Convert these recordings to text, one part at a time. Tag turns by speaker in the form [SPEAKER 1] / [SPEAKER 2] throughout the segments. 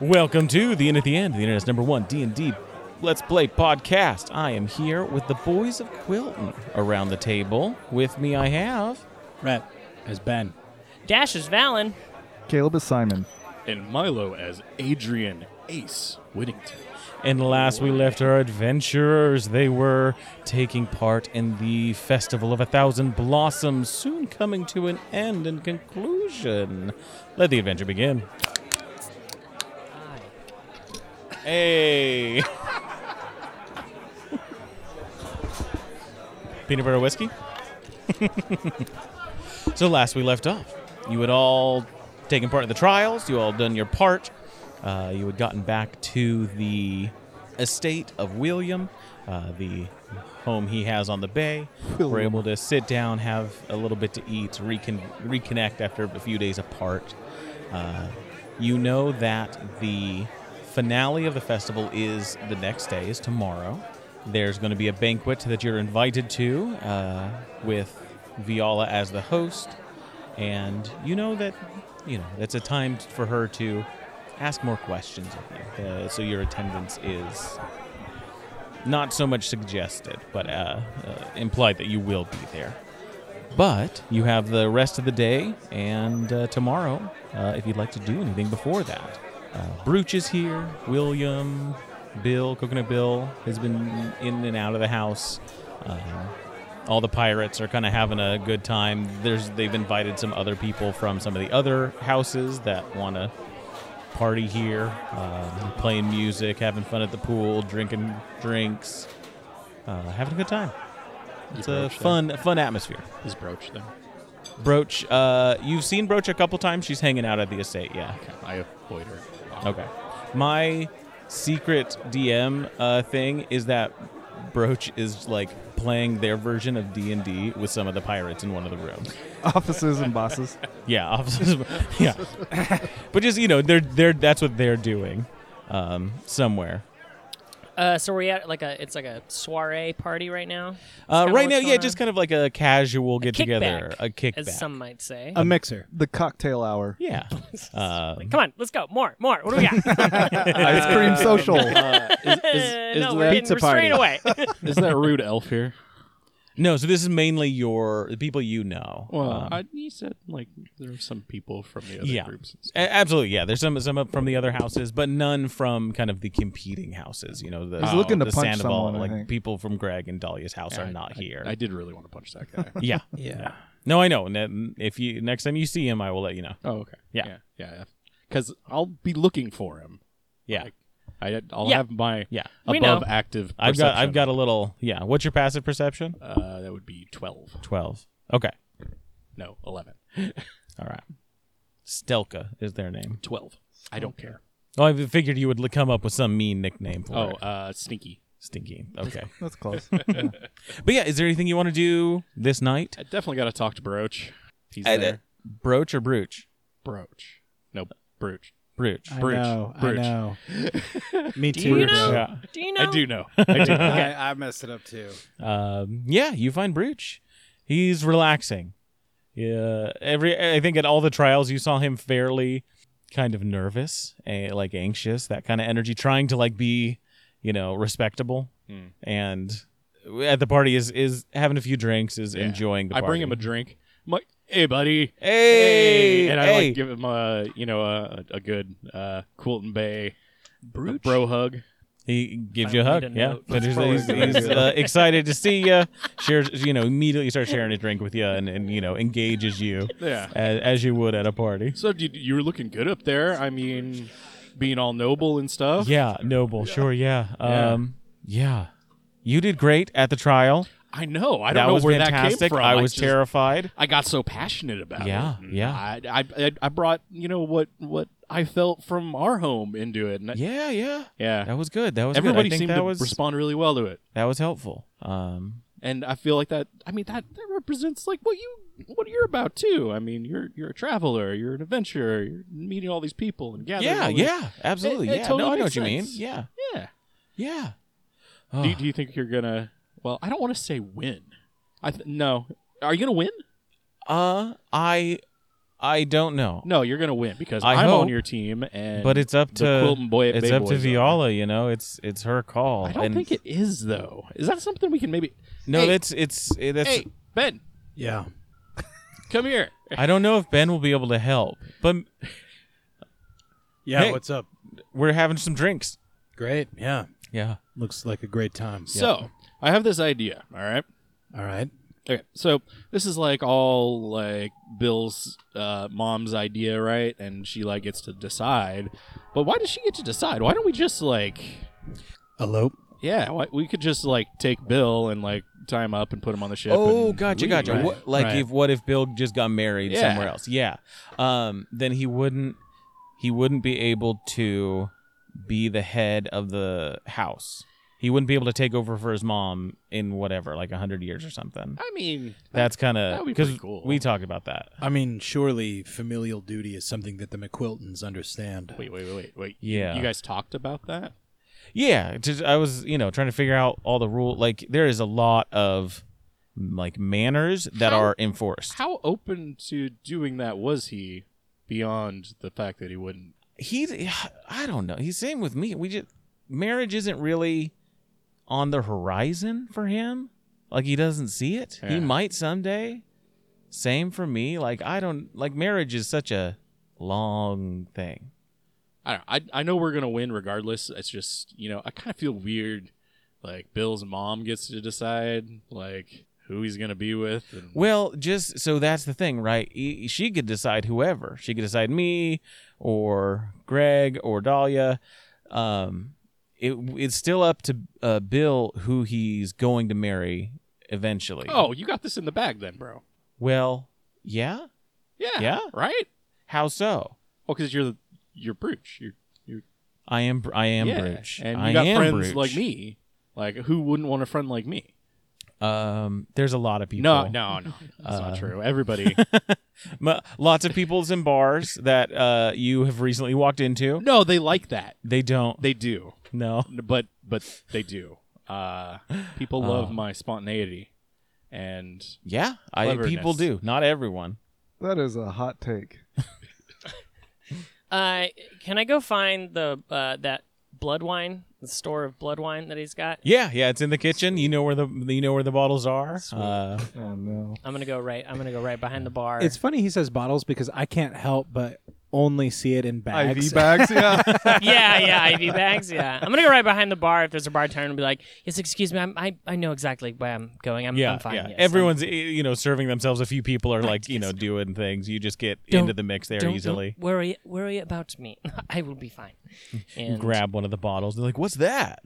[SPEAKER 1] Welcome to the End at the End, the internet's number one D and D Let's Play podcast. I am here with the boys of Quilton around the table. With me, I have
[SPEAKER 2] Rhett as Ben.
[SPEAKER 3] Dash is Valen.
[SPEAKER 4] Caleb is Simon.
[SPEAKER 5] and Milo as Adrian Ace Whittington.
[SPEAKER 1] And last we left our adventurers, they were taking part in the Festival of a Thousand Blossoms, soon coming to an end and conclusion. Let the adventure begin. Hey! Peanut butter whiskey? so last we left off, you had all taken part in the trials, you all done your part, uh, you had gotten back to the estate of William, uh, the home he has on the bay. We're able to sit down, have a little bit to eat, recon- reconnect after a few days apart. Uh, you know that the finale of the festival is the next day, is tomorrow. There's going to be a banquet that you're invited to uh, with Viola as the host and you know that you know that's a time for her to ask more questions of you uh, so your attendance is not so much suggested but uh, uh, implied that you will be there but you have the rest of the day and uh, tomorrow uh, if you'd like to do anything before that uh, brooch is here william bill coconut bill has been in and out of the house uh, all the pirates are kind of having a good time. There's they've invited some other people from some of the other houses that want to party here, uh, playing music, having fun at the pool, drinking drinks, uh, having a good time. It's a fun fun atmosphere.
[SPEAKER 5] His brooch there.
[SPEAKER 1] Brooch, uh, you've seen Brooch a couple times. She's hanging out at the estate. Yeah.
[SPEAKER 5] I avoid her.
[SPEAKER 1] Okay. My secret DM uh, thing is that Broach is like playing their version of D and D with some of the pirates in one of the rooms.
[SPEAKER 4] Offices and bosses.
[SPEAKER 1] Yeah, officers. yeah, but just you know, they're they're that's what they're doing um, somewhere.
[SPEAKER 3] Uh, so we're at like a it's like a soiree party right now.
[SPEAKER 1] Uh,
[SPEAKER 3] kinda
[SPEAKER 1] right now,
[SPEAKER 3] what's
[SPEAKER 1] yeah,
[SPEAKER 3] going
[SPEAKER 1] just
[SPEAKER 3] on.
[SPEAKER 1] kind of like a casual get together,
[SPEAKER 3] kickback,
[SPEAKER 1] a kickback.
[SPEAKER 3] as some might say.
[SPEAKER 2] A mixer.
[SPEAKER 4] The cocktail hour.
[SPEAKER 1] yeah, um,
[SPEAKER 3] Come on, let's go. More, more. What do we got?
[SPEAKER 4] Ice cream social.
[SPEAKER 5] Is, is, is
[SPEAKER 3] no,
[SPEAKER 5] that,
[SPEAKER 3] we're getting restrained away.
[SPEAKER 5] is that rude elf here?
[SPEAKER 1] no. So this is mainly your the people you know.
[SPEAKER 5] Well,
[SPEAKER 1] Um,
[SPEAKER 5] I, you said like there are some people from the other
[SPEAKER 1] yeah,
[SPEAKER 5] groups. and stuff.
[SPEAKER 1] A- absolutely. Yeah, there's some some up from the other houses, but none from kind of the competing houses. You know, the,
[SPEAKER 4] He's looking
[SPEAKER 1] the
[SPEAKER 4] to punch
[SPEAKER 1] Sandoval,
[SPEAKER 4] someone, I
[SPEAKER 1] like
[SPEAKER 4] think.
[SPEAKER 1] people from Greg and Dahlia's house
[SPEAKER 5] Yeah,
[SPEAKER 1] are
[SPEAKER 5] I-
[SPEAKER 1] not
[SPEAKER 5] I-
[SPEAKER 1] here.
[SPEAKER 5] I did really want to punch that guy.
[SPEAKER 1] yeah,
[SPEAKER 2] Yeah.
[SPEAKER 1] no, I know. And then If you next time you see him, I will let you know.
[SPEAKER 5] oh, okay.
[SPEAKER 1] Yeah.
[SPEAKER 5] yeah, because I'll be looking for him.
[SPEAKER 1] Yeah,
[SPEAKER 5] Like, I, I'll
[SPEAKER 3] Yeah.
[SPEAKER 5] have my
[SPEAKER 1] yeah.
[SPEAKER 3] We
[SPEAKER 5] above
[SPEAKER 3] know.
[SPEAKER 5] active.
[SPEAKER 1] I've got I've
[SPEAKER 5] perception.
[SPEAKER 1] got a little. Yeah, what's your passive perception?
[SPEAKER 5] Uh, that would be twelve.
[SPEAKER 1] Twelve. Okay.
[SPEAKER 5] No, eleven.
[SPEAKER 1] All right. Stelka is their name.
[SPEAKER 5] Twelve. I don't care.
[SPEAKER 1] Oh, I figured you would l- come up with some mean nickname for
[SPEAKER 5] Oh,
[SPEAKER 1] it.
[SPEAKER 5] uh, stinky.
[SPEAKER 1] Stinky. Okay.
[SPEAKER 4] That's close.
[SPEAKER 1] but yeah, is there anything you want to do this night?
[SPEAKER 5] I definitely got to talk to Broach. He's
[SPEAKER 1] Uh,
[SPEAKER 5] there.
[SPEAKER 1] Broach or brooch?
[SPEAKER 5] Brooch. No, Brooch.
[SPEAKER 1] Brooch.
[SPEAKER 2] I
[SPEAKER 5] Brooch.
[SPEAKER 2] know.
[SPEAKER 5] Brooch.
[SPEAKER 2] I know. Me
[SPEAKER 3] Do
[SPEAKER 2] too.
[SPEAKER 3] you
[SPEAKER 2] bro.
[SPEAKER 3] know?
[SPEAKER 1] Yeah.
[SPEAKER 3] Do you know?
[SPEAKER 5] I do know. I do. know.
[SPEAKER 2] I, I messed it up too.
[SPEAKER 1] Um, yeah, you find Brooch. He's relaxing. Yeah, every I think at all the trials you saw him fairly kind of nervous, eh, like anxious, that kind of energy, trying to like be, you know, respectable.
[SPEAKER 5] Hmm.
[SPEAKER 1] And at the party is is having a few drinks, is
[SPEAKER 5] Yeah.
[SPEAKER 1] enjoying the
[SPEAKER 5] I
[SPEAKER 1] party.
[SPEAKER 5] bring him a drink. I'm like, hey, buddy.
[SPEAKER 1] hey,
[SPEAKER 5] and I
[SPEAKER 1] hey.
[SPEAKER 5] like give him a you know a, a good uh, Quilton Bay bro hug.
[SPEAKER 1] He gives you a
[SPEAKER 3] I
[SPEAKER 1] hug.
[SPEAKER 3] need a
[SPEAKER 1] yeah,
[SPEAKER 3] note.
[SPEAKER 1] but he's, he's, he's, uh, excited to see you. Shares, you know, immediately starts sharing a drink with you, and, and you know, engages you
[SPEAKER 5] Yeah.
[SPEAKER 1] as, as you would at a party.
[SPEAKER 5] So you, you were looking good up there. I mean, being all noble and stuff.
[SPEAKER 1] Yeah, noble. Sure. Yeah. Um. Yeah. You did great at the trial.
[SPEAKER 5] I know. I
[SPEAKER 1] that
[SPEAKER 5] don't know
[SPEAKER 1] was
[SPEAKER 5] where
[SPEAKER 1] fantastic.
[SPEAKER 5] that came from.
[SPEAKER 1] I was
[SPEAKER 5] just-
[SPEAKER 1] terrified.
[SPEAKER 5] I got so passionate about
[SPEAKER 1] Yeah,
[SPEAKER 5] it.
[SPEAKER 1] yeah.
[SPEAKER 5] I, I I brought you know what what I felt from our home into it. And I-
[SPEAKER 1] Yeah, yeah.
[SPEAKER 5] yeah.
[SPEAKER 1] That was good. That was good. I
[SPEAKER 5] Everybody
[SPEAKER 1] think
[SPEAKER 5] seemed
[SPEAKER 1] that
[SPEAKER 5] to
[SPEAKER 1] was
[SPEAKER 5] respond really well to it,
[SPEAKER 1] that was helpful. Um,
[SPEAKER 5] and I feel like that. I mean, that that represents like what you what you're about too. I mean, you're you're a traveler, you're an adventurer, you're meeting all these people and gathering.
[SPEAKER 1] yeah,
[SPEAKER 5] all these-
[SPEAKER 1] yeah, absolutely.
[SPEAKER 5] it
[SPEAKER 1] yeah,
[SPEAKER 5] totally
[SPEAKER 1] no, I know what
[SPEAKER 5] makes
[SPEAKER 1] you mean.
[SPEAKER 5] sense.
[SPEAKER 1] Yeah,
[SPEAKER 5] yeah.
[SPEAKER 1] yeah.
[SPEAKER 5] Do, you,
[SPEAKER 1] Ugh.
[SPEAKER 5] do you think you're gonna? Well, I don't want to say win. I th- no. Are you gonna win?
[SPEAKER 1] Uh, I, I don't know.
[SPEAKER 5] No, you're gonna win because
[SPEAKER 1] I
[SPEAKER 5] am on
[SPEAKER 1] hope,
[SPEAKER 5] your team, and
[SPEAKER 1] but it's up
[SPEAKER 5] the
[SPEAKER 1] to
[SPEAKER 5] Quilton boy at
[SPEAKER 1] it's
[SPEAKER 5] Bay
[SPEAKER 1] up to
[SPEAKER 5] Boys are.
[SPEAKER 1] Viola. You know, it's it's her call.
[SPEAKER 5] I don't
[SPEAKER 1] and
[SPEAKER 5] think it is though. Is that something we can maybe?
[SPEAKER 1] No,
[SPEAKER 5] Hey,
[SPEAKER 1] that's it's it- that's.
[SPEAKER 5] Hey, Ben,
[SPEAKER 2] Yeah.
[SPEAKER 5] come here.
[SPEAKER 1] I don't know if Ben will be able to help, but
[SPEAKER 2] Yeah.
[SPEAKER 1] Hey.
[SPEAKER 2] What's up?
[SPEAKER 1] we're having some drinks.
[SPEAKER 2] Great. Yeah.
[SPEAKER 1] Yeah.
[SPEAKER 2] Looks like a great time.
[SPEAKER 5] So I have this idea. All right.
[SPEAKER 2] All right.
[SPEAKER 5] Okay, so this is like all like Bill's uh, mom's idea, right? And she like gets to decide. But why does she get to decide? Why don't we just like,
[SPEAKER 2] Elope.
[SPEAKER 5] yeah, why, we could just like take Bill and like tie him up and put him on the ship.
[SPEAKER 1] Oh,
[SPEAKER 5] and
[SPEAKER 1] gotcha,
[SPEAKER 5] leave,
[SPEAKER 1] gotcha.
[SPEAKER 5] right?
[SPEAKER 1] What, like,
[SPEAKER 2] Right.
[SPEAKER 1] if what if Bill just got married
[SPEAKER 5] Yeah.
[SPEAKER 1] somewhere else? Yeah. Um, then he wouldn't he wouldn't be able to be the head of the house. He wouldn't be able to take over for his mom in whatever, like hundred years or something.
[SPEAKER 5] I mean,
[SPEAKER 1] That's kind of
[SPEAKER 5] that'd be
[SPEAKER 1] because
[SPEAKER 5] pretty cool.
[SPEAKER 1] we talked about that.
[SPEAKER 2] I mean, surely familial duty is something that the McQuiltons understand.
[SPEAKER 5] wait, wait, wait, wait, wait.
[SPEAKER 1] Yeah.
[SPEAKER 5] you guys talked about that.
[SPEAKER 1] Yeah, just, I was you know trying to figure out all the rule. Like there is a lot of like manners that
[SPEAKER 5] How-
[SPEAKER 1] are enforced.
[SPEAKER 5] How open to doing that was he? Beyond the fact that he wouldn't.
[SPEAKER 1] he i don't know he's same with me we just marriage isn't really on the horizon for him like he doesn't see it
[SPEAKER 5] Yeah.
[SPEAKER 1] he might someday same for me like i don't like marriage is such a long thing
[SPEAKER 5] I don't. I I know we're gonna win regardless. It's just you know I kind of feel weird. Like Bill's mom gets to decide like who he's gonna be with. And
[SPEAKER 1] well just so that's the thing right E- she could decide whoever she could decide me or greg or dahlia um it, it's still up to uh, bill who he's going to marry eventually
[SPEAKER 5] oh, you got this in the bag then, bro.
[SPEAKER 1] Well, yeah.
[SPEAKER 5] Yeah.
[SPEAKER 1] Yeah?
[SPEAKER 5] Right.
[SPEAKER 1] How so?
[SPEAKER 5] Well, because you're the you're brooch. You're you're
[SPEAKER 1] I am. I am
[SPEAKER 5] yeah.
[SPEAKER 1] Brooch.
[SPEAKER 5] and you
[SPEAKER 1] I
[SPEAKER 5] got
[SPEAKER 1] am
[SPEAKER 5] friends
[SPEAKER 1] Brooch.
[SPEAKER 5] like me. Like who wouldn't want a friend like me?
[SPEAKER 1] Um, there's a lot of people.
[SPEAKER 5] No, no, no. That's
[SPEAKER 1] Uh,
[SPEAKER 5] not true. Everybody.
[SPEAKER 1] M- lots of people's in bars that uh you have recently walked into.
[SPEAKER 5] no, they like that.
[SPEAKER 1] They don't.
[SPEAKER 5] They do.
[SPEAKER 1] no.
[SPEAKER 5] but but they do. Uh, people love my spontaneity, and
[SPEAKER 1] Yeah, I people
[SPEAKER 5] Cleverness.
[SPEAKER 1] do. Not everyone.
[SPEAKER 4] That is a hot take.
[SPEAKER 3] Uh, can I go find the uh, that blood wine, the store of blood wine that he's got?
[SPEAKER 1] Yeah, yeah. It's in the kitchen. You know where the you know where the bottles are. Uh,
[SPEAKER 4] Oh no.
[SPEAKER 3] I'm gonna go right. I'm gonna go right behind the bar.
[SPEAKER 6] It's funny he says bottles because I can't help but only see it in bags.
[SPEAKER 4] IV bags, yeah.
[SPEAKER 3] yeah, yeah, IV bags. Yeah, I'm gonna go right behind the bar if there's a bartender and be like, "Yes, excuse me, I'm, I I know exactly where I'm going. I'm,
[SPEAKER 1] yeah,
[SPEAKER 3] I'm fine."
[SPEAKER 1] yeah.
[SPEAKER 3] yes, I'm-
[SPEAKER 1] Everyone's eh, you know serving themselves. A few people are like you know doing things. You just get into
[SPEAKER 3] Don't-
[SPEAKER 1] the mix there
[SPEAKER 3] don't,
[SPEAKER 1] easily.
[SPEAKER 3] Don't worry, worry about me. I will be fine. And,
[SPEAKER 1] Grab one of the bottles. They're like, "What's that?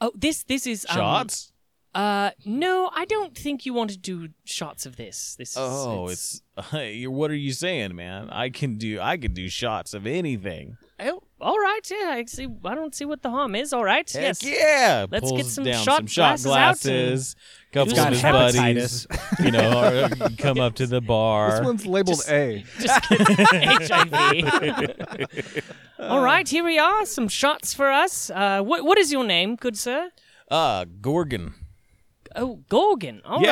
[SPEAKER 3] Oh, this this is um,
[SPEAKER 1] Shots?"
[SPEAKER 3] Uh, no, I don't think you want to do shots of this. This. Is,
[SPEAKER 1] Oh, it's, hey, what are you saying, man? I can do I can do shots of anything.
[SPEAKER 3] Oh, all right. Yeah, I see. I don't see what the harm is. All right. yes.
[SPEAKER 1] Heck yeah!
[SPEAKER 3] Let's
[SPEAKER 1] Pulls
[SPEAKER 3] get some
[SPEAKER 1] down
[SPEAKER 3] shot
[SPEAKER 1] some shot
[SPEAKER 3] glasses out
[SPEAKER 1] glasses. Couple
[SPEAKER 3] Who's
[SPEAKER 1] of his
[SPEAKER 6] got
[SPEAKER 1] buddies, you know, are- come up to the
[SPEAKER 4] This
[SPEAKER 1] bar.
[SPEAKER 4] one's labeled A.
[SPEAKER 3] Just kidding. HIV. all right. Here we are. Some shots for us. Uh, what what is your name, good sir?
[SPEAKER 1] Uh, Gorgon.
[SPEAKER 3] Oh, Gorgon. All right.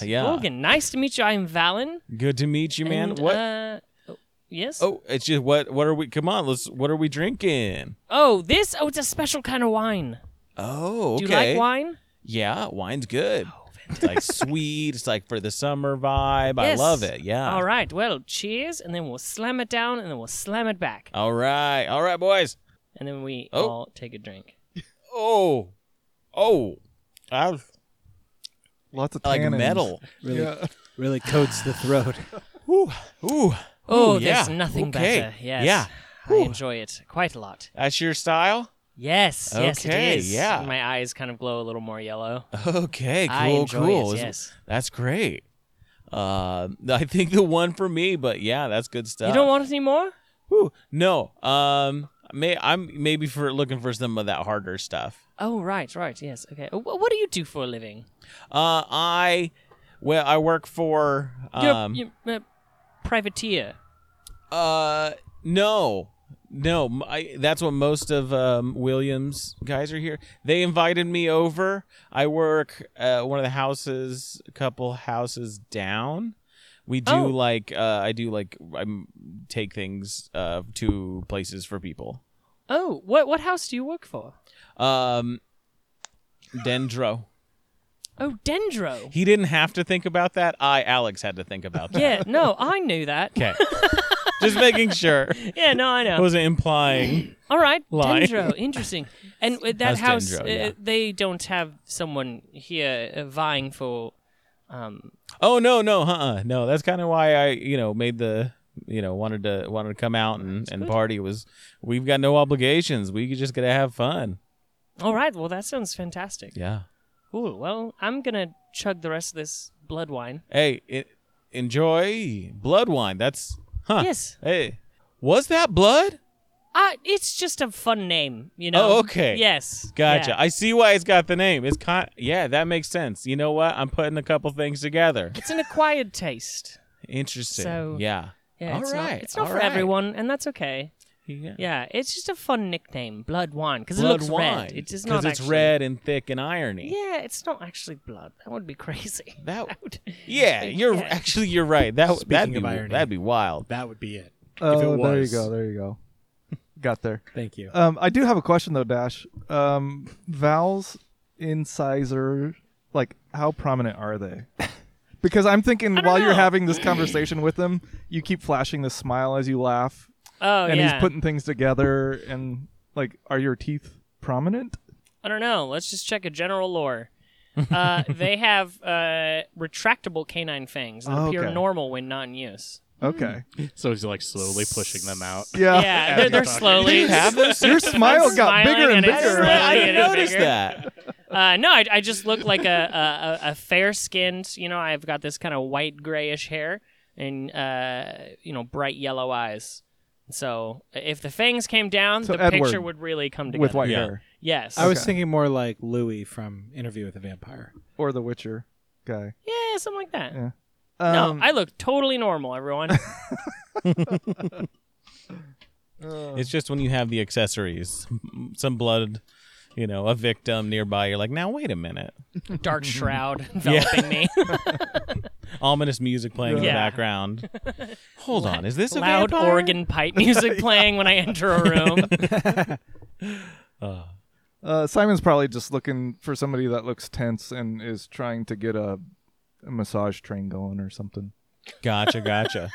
[SPEAKER 1] Yeah, yeah.
[SPEAKER 3] Gorgon. Nice to meet you. I'm Valen.
[SPEAKER 1] Good to meet you, man.
[SPEAKER 3] And,
[SPEAKER 1] what?
[SPEAKER 3] Uh, oh, yes. Oh.
[SPEAKER 1] oh, it's just what? What are we? Come on, let's. What are we drinking?
[SPEAKER 3] this. Oh, it's a special kind of wine.
[SPEAKER 1] Oh, okay.
[SPEAKER 3] Do you like wine? Oh,
[SPEAKER 1] Yeah, wine's good. it's like sweet. It's like for the summer vibe.
[SPEAKER 3] Yes.
[SPEAKER 1] I love it. Yeah.
[SPEAKER 3] All right. Well, cheers, and then we'll slam it down, and then we'll slam it back,
[SPEAKER 1] All right. All right, boys.
[SPEAKER 3] and then we
[SPEAKER 1] Oh.
[SPEAKER 3] all take a drink.
[SPEAKER 1] Oh, oh, I was
[SPEAKER 4] Lots of
[SPEAKER 1] like
[SPEAKER 4] tannins.
[SPEAKER 1] metal.
[SPEAKER 6] Really, really coats the throat.
[SPEAKER 1] Ooh, ooh.
[SPEAKER 3] Oh,
[SPEAKER 1] Ooh, yeah.
[SPEAKER 3] there's nothing
[SPEAKER 1] Okay.
[SPEAKER 3] better. Yes.
[SPEAKER 1] Yeah.
[SPEAKER 3] I enjoy it quite a lot.
[SPEAKER 1] That's your style.
[SPEAKER 3] Yes. Yes, it
[SPEAKER 1] Okay,
[SPEAKER 3] is.
[SPEAKER 1] yeah. Uh-huh.
[SPEAKER 3] My eyes kind of glow a little more yellow.
[SPEAKER 1] Okay, cool,
[SPEAKER 3] I enjoy
[SPEAKER 1] cool.
[SPEAKER 3] it,
[SPEAKER 1] Is-
[SPEAKER 3] yes.
[SPEAKER 1] That's great. Uh, I think the one for me, but yeah, that's good stuff.
[SPEAKER 3] You don't want any more?
[SPEAKER 1] Whew. No. Um. May I'm maybe for looking for some of that harder stuff.
[SPEAKER 3] Oh, right, right. Yes. Okay. Wh- What do you do for a living?
[SPEAKER 1] Uh. I. Well, I work for.
[SPEAKER 3] You're,
[SPEAKER 1] Um.
[SPEAKER 3] you're a privateer.
[SPEAKER 1] Uh. No. No. m- I, that's what most of um, Williams guys are here. They invited me over. I work uh, one of the houses, a couple houses down. We do
[SPEAKER 3] Oh.
[SPEAKER 1] like uh, I do like I take things uh, to places for people.
[SPEAKER 3] Oh, what what house do you work for?
[SPEAKER 1] Um, Dendro.
[SPEAKER 3] Oh, Dendro.
[SPEAKER 1] He didn't have to think about that. I, Alex, had to think about that.
[SPEAKER 3] yeah. No, I knew that.
[SPEAKER 1] Okay. Just making sure.
[SPEAKER 3] Yeah. No, I
[SPEAKER 1] I
[SPEAKER 3] know.
[SPEAKER 1] wasn't implying.
[SPEAKER 3] All right.
[SPEAKER 1] Lie.
[SPEAKER 3] Dendro. Interesting. And with that
[SPEAKER 1] That's
[SPEAKER 3] house,
[SPEAKER 1] Dendro,
[SPEAKER 3] uh,
[SPEAKER 1] yeah.
[SPEAKER 3] they don't have someone here uh, vying for. Um,
[SPEAKER 1] Oh no, no, uh, no. That's kind of why I, you know, made the, you know, wanted to wanted to come out and and party. Was we've got no obligations. We just gotta have fun.
[SPEAKER 3] all right. Well, that sounds fantastic.
[SPEAKER 1] Yeah.
[SPEAKER 3] Cool. Well, I'm gonna chug the rest of this blood wine.
[SPEAKER 1] Hey, it, enjoy blood wine. That's huh.
[SPEAKER 3] Yes.
[SPEAKER 1] Hey, was that blood?
[SPEAKER 3] Uh, it's just a fun name, you know.
[SPEAKER 1] Oh, okay.
[SPEAKER 3] Yes.
[SPEAKER 1] Gotcha.
[SPEAKER 3] Yeah.
[SPEAKER 1] I see why it's got the name. It's con- yeah, that makes sense. You know what? I'm putting a couple things together.
[SPEAKER 3] It's an acquired taste.
[SPEAKER 1] Interesting.
[SPEAKER 3] So-
[SPEAKER 1] yeah.
[SPEAKER 3] Yeah.
[SPEAKER 1] All
[SPEAKER 3] it's
[SPEAKER 1] right,
[SPEAKER 3] Not, it's not
[SPEAKER 1] all
[SPEAKER 3] for
[SPEAKER 1] right.
[SPEAKER 3] everyone, and that's okay.
[SPEAKER 1] Yeah.
[SPEAKER 3] Yeah. It's just a fun nickname, blood wine, because it
[SPEAKER 1] Blood
[SPEAKER 3] looks
[SPEAKER 1] wine.
[SPEAKER 3] red. It's just
[SPEAKER 1] because
[SPEAKER 3] not
[SPEAKER 1] it's
[SPEAKER 3] actually-
[SPEAKER 1] red and thick and irony.
[SPEAKER 3] Yeah, it's not actually blood. That would be crazy.
[SPEAKER 1] That-
[SPEAKER 3] would.
[SPEAKER 1] Yeah, you're
[SPEAKER 3] Yeah.
[SPEAKER 1] actually you're right. That would that'd
[SPEAKER 2] Speaking
[SPEAKER 1] be
[SPEAKER 2] of irony.
[SPEAKER 1] that'd be wild.
[SPEAKER 2] That would be it. if it
[SPEAKER 4] Oh,
[SPEAKER 2] was.
[SPEAKER 4] there you go. There you go. Got there.
[SPEAKER 6] Thank you.
[SPEAKER 4] Um, I do have a question though, Dash. Um, Val's incisor, like, how prominent are they? Because I'm thinking
[SPEAKER 3] don't
[SPEAKER 4] while you're
[SPEAKER 3] know.
[SPEAKER 4] having this conversation with him, you keep flashing this smile as you laugh,
[SPEAKER 3] Oh
[SPEAKER 4] and
[SPEAKER 3] yeah.
[SPEAKER 4] he's putting things together, and like, are your teeth prominent?
[SPEAKER 3] I don't know. Let's just check a general lore. uh, they have uh, retractable canine fangs that
[SPEAKER 4] Oh,
[SPEAKER 3] appear
[SPEAKER 4] okay.
[SPEAKER 3] normal when not in use.
[SPEAKER 4] Okay.
[SPEAKER 5] So he's like slowly pushing them out.
[SPEAKER 4] Yeah.
[SPEAKER 3] Hmm. yeah, they're, they're slowly.
[SPEAKER 4] Your smile got
[SPEAKER 3] smiling
[SPEAKER 4] bigger and
[SPEAKER 3] and it's
[SPEAKER 4] bigger.
[SPEAKER 3] like-
[SPEAKER 1] I didn't
[SPEAKER 3] Getting
[SPEAKER 1] notice
[SPEAKER 3] bigger.
[SPEAKER 1] that.
[SPEAKER 3] Uh, no, I, I just look like a, a, a, a fair skinned, you know, I've got this kind of white grayish hair and, uh, you know, bright yellow eyes. So if the fangs came down,
[SPEAKER 4] So
[SPEAKER 3] the
[SPEAKER 4] Edward
[SPEAKER 3] picture would really come together.
[SPEAKER 4] With white
[SPEAKER 1] Yeah.
[SPEAKER 4] hair,
[SPEAKER 3] Yes.
[SPEAKER 6] I was
[SPEAKER 4] Okay.
[SPEAKER 6] thinking more like Louis from Interview with the Vampire.
[SPEAKER 4] or the Witcher guy.
[SPEAKER 3] yeah, something like that.
[SPEAKER 4] Yeah.
[SPEAKER 3] no,
[SPEAKER 4] Um,
[SPEAKER 3] I look totally normal, everyone.
[SPEAKER 1] It's just when you have the accessories, some blood, you know, a victim nearby. You're like, now wait a minute.
[SPEAKER 3] Dark shroud enveloping me.
[SPEAKER 1] Ominous music playing in the
[SPEAKER 3] Yeah.
[SPEAKER 1] background. Hold on, is this a
[SPEAKER 3] Loud
[SPEAKER 1] vampire?
[SPEAKER 3] organ pipe music playing when I enter a room.
[SPEAKER 4] Uh, Simon's probably just looking for somebody that looks tense and is trying to get a, a massage train going or something.
[SPEAKER 1] Gotcha, gotcha.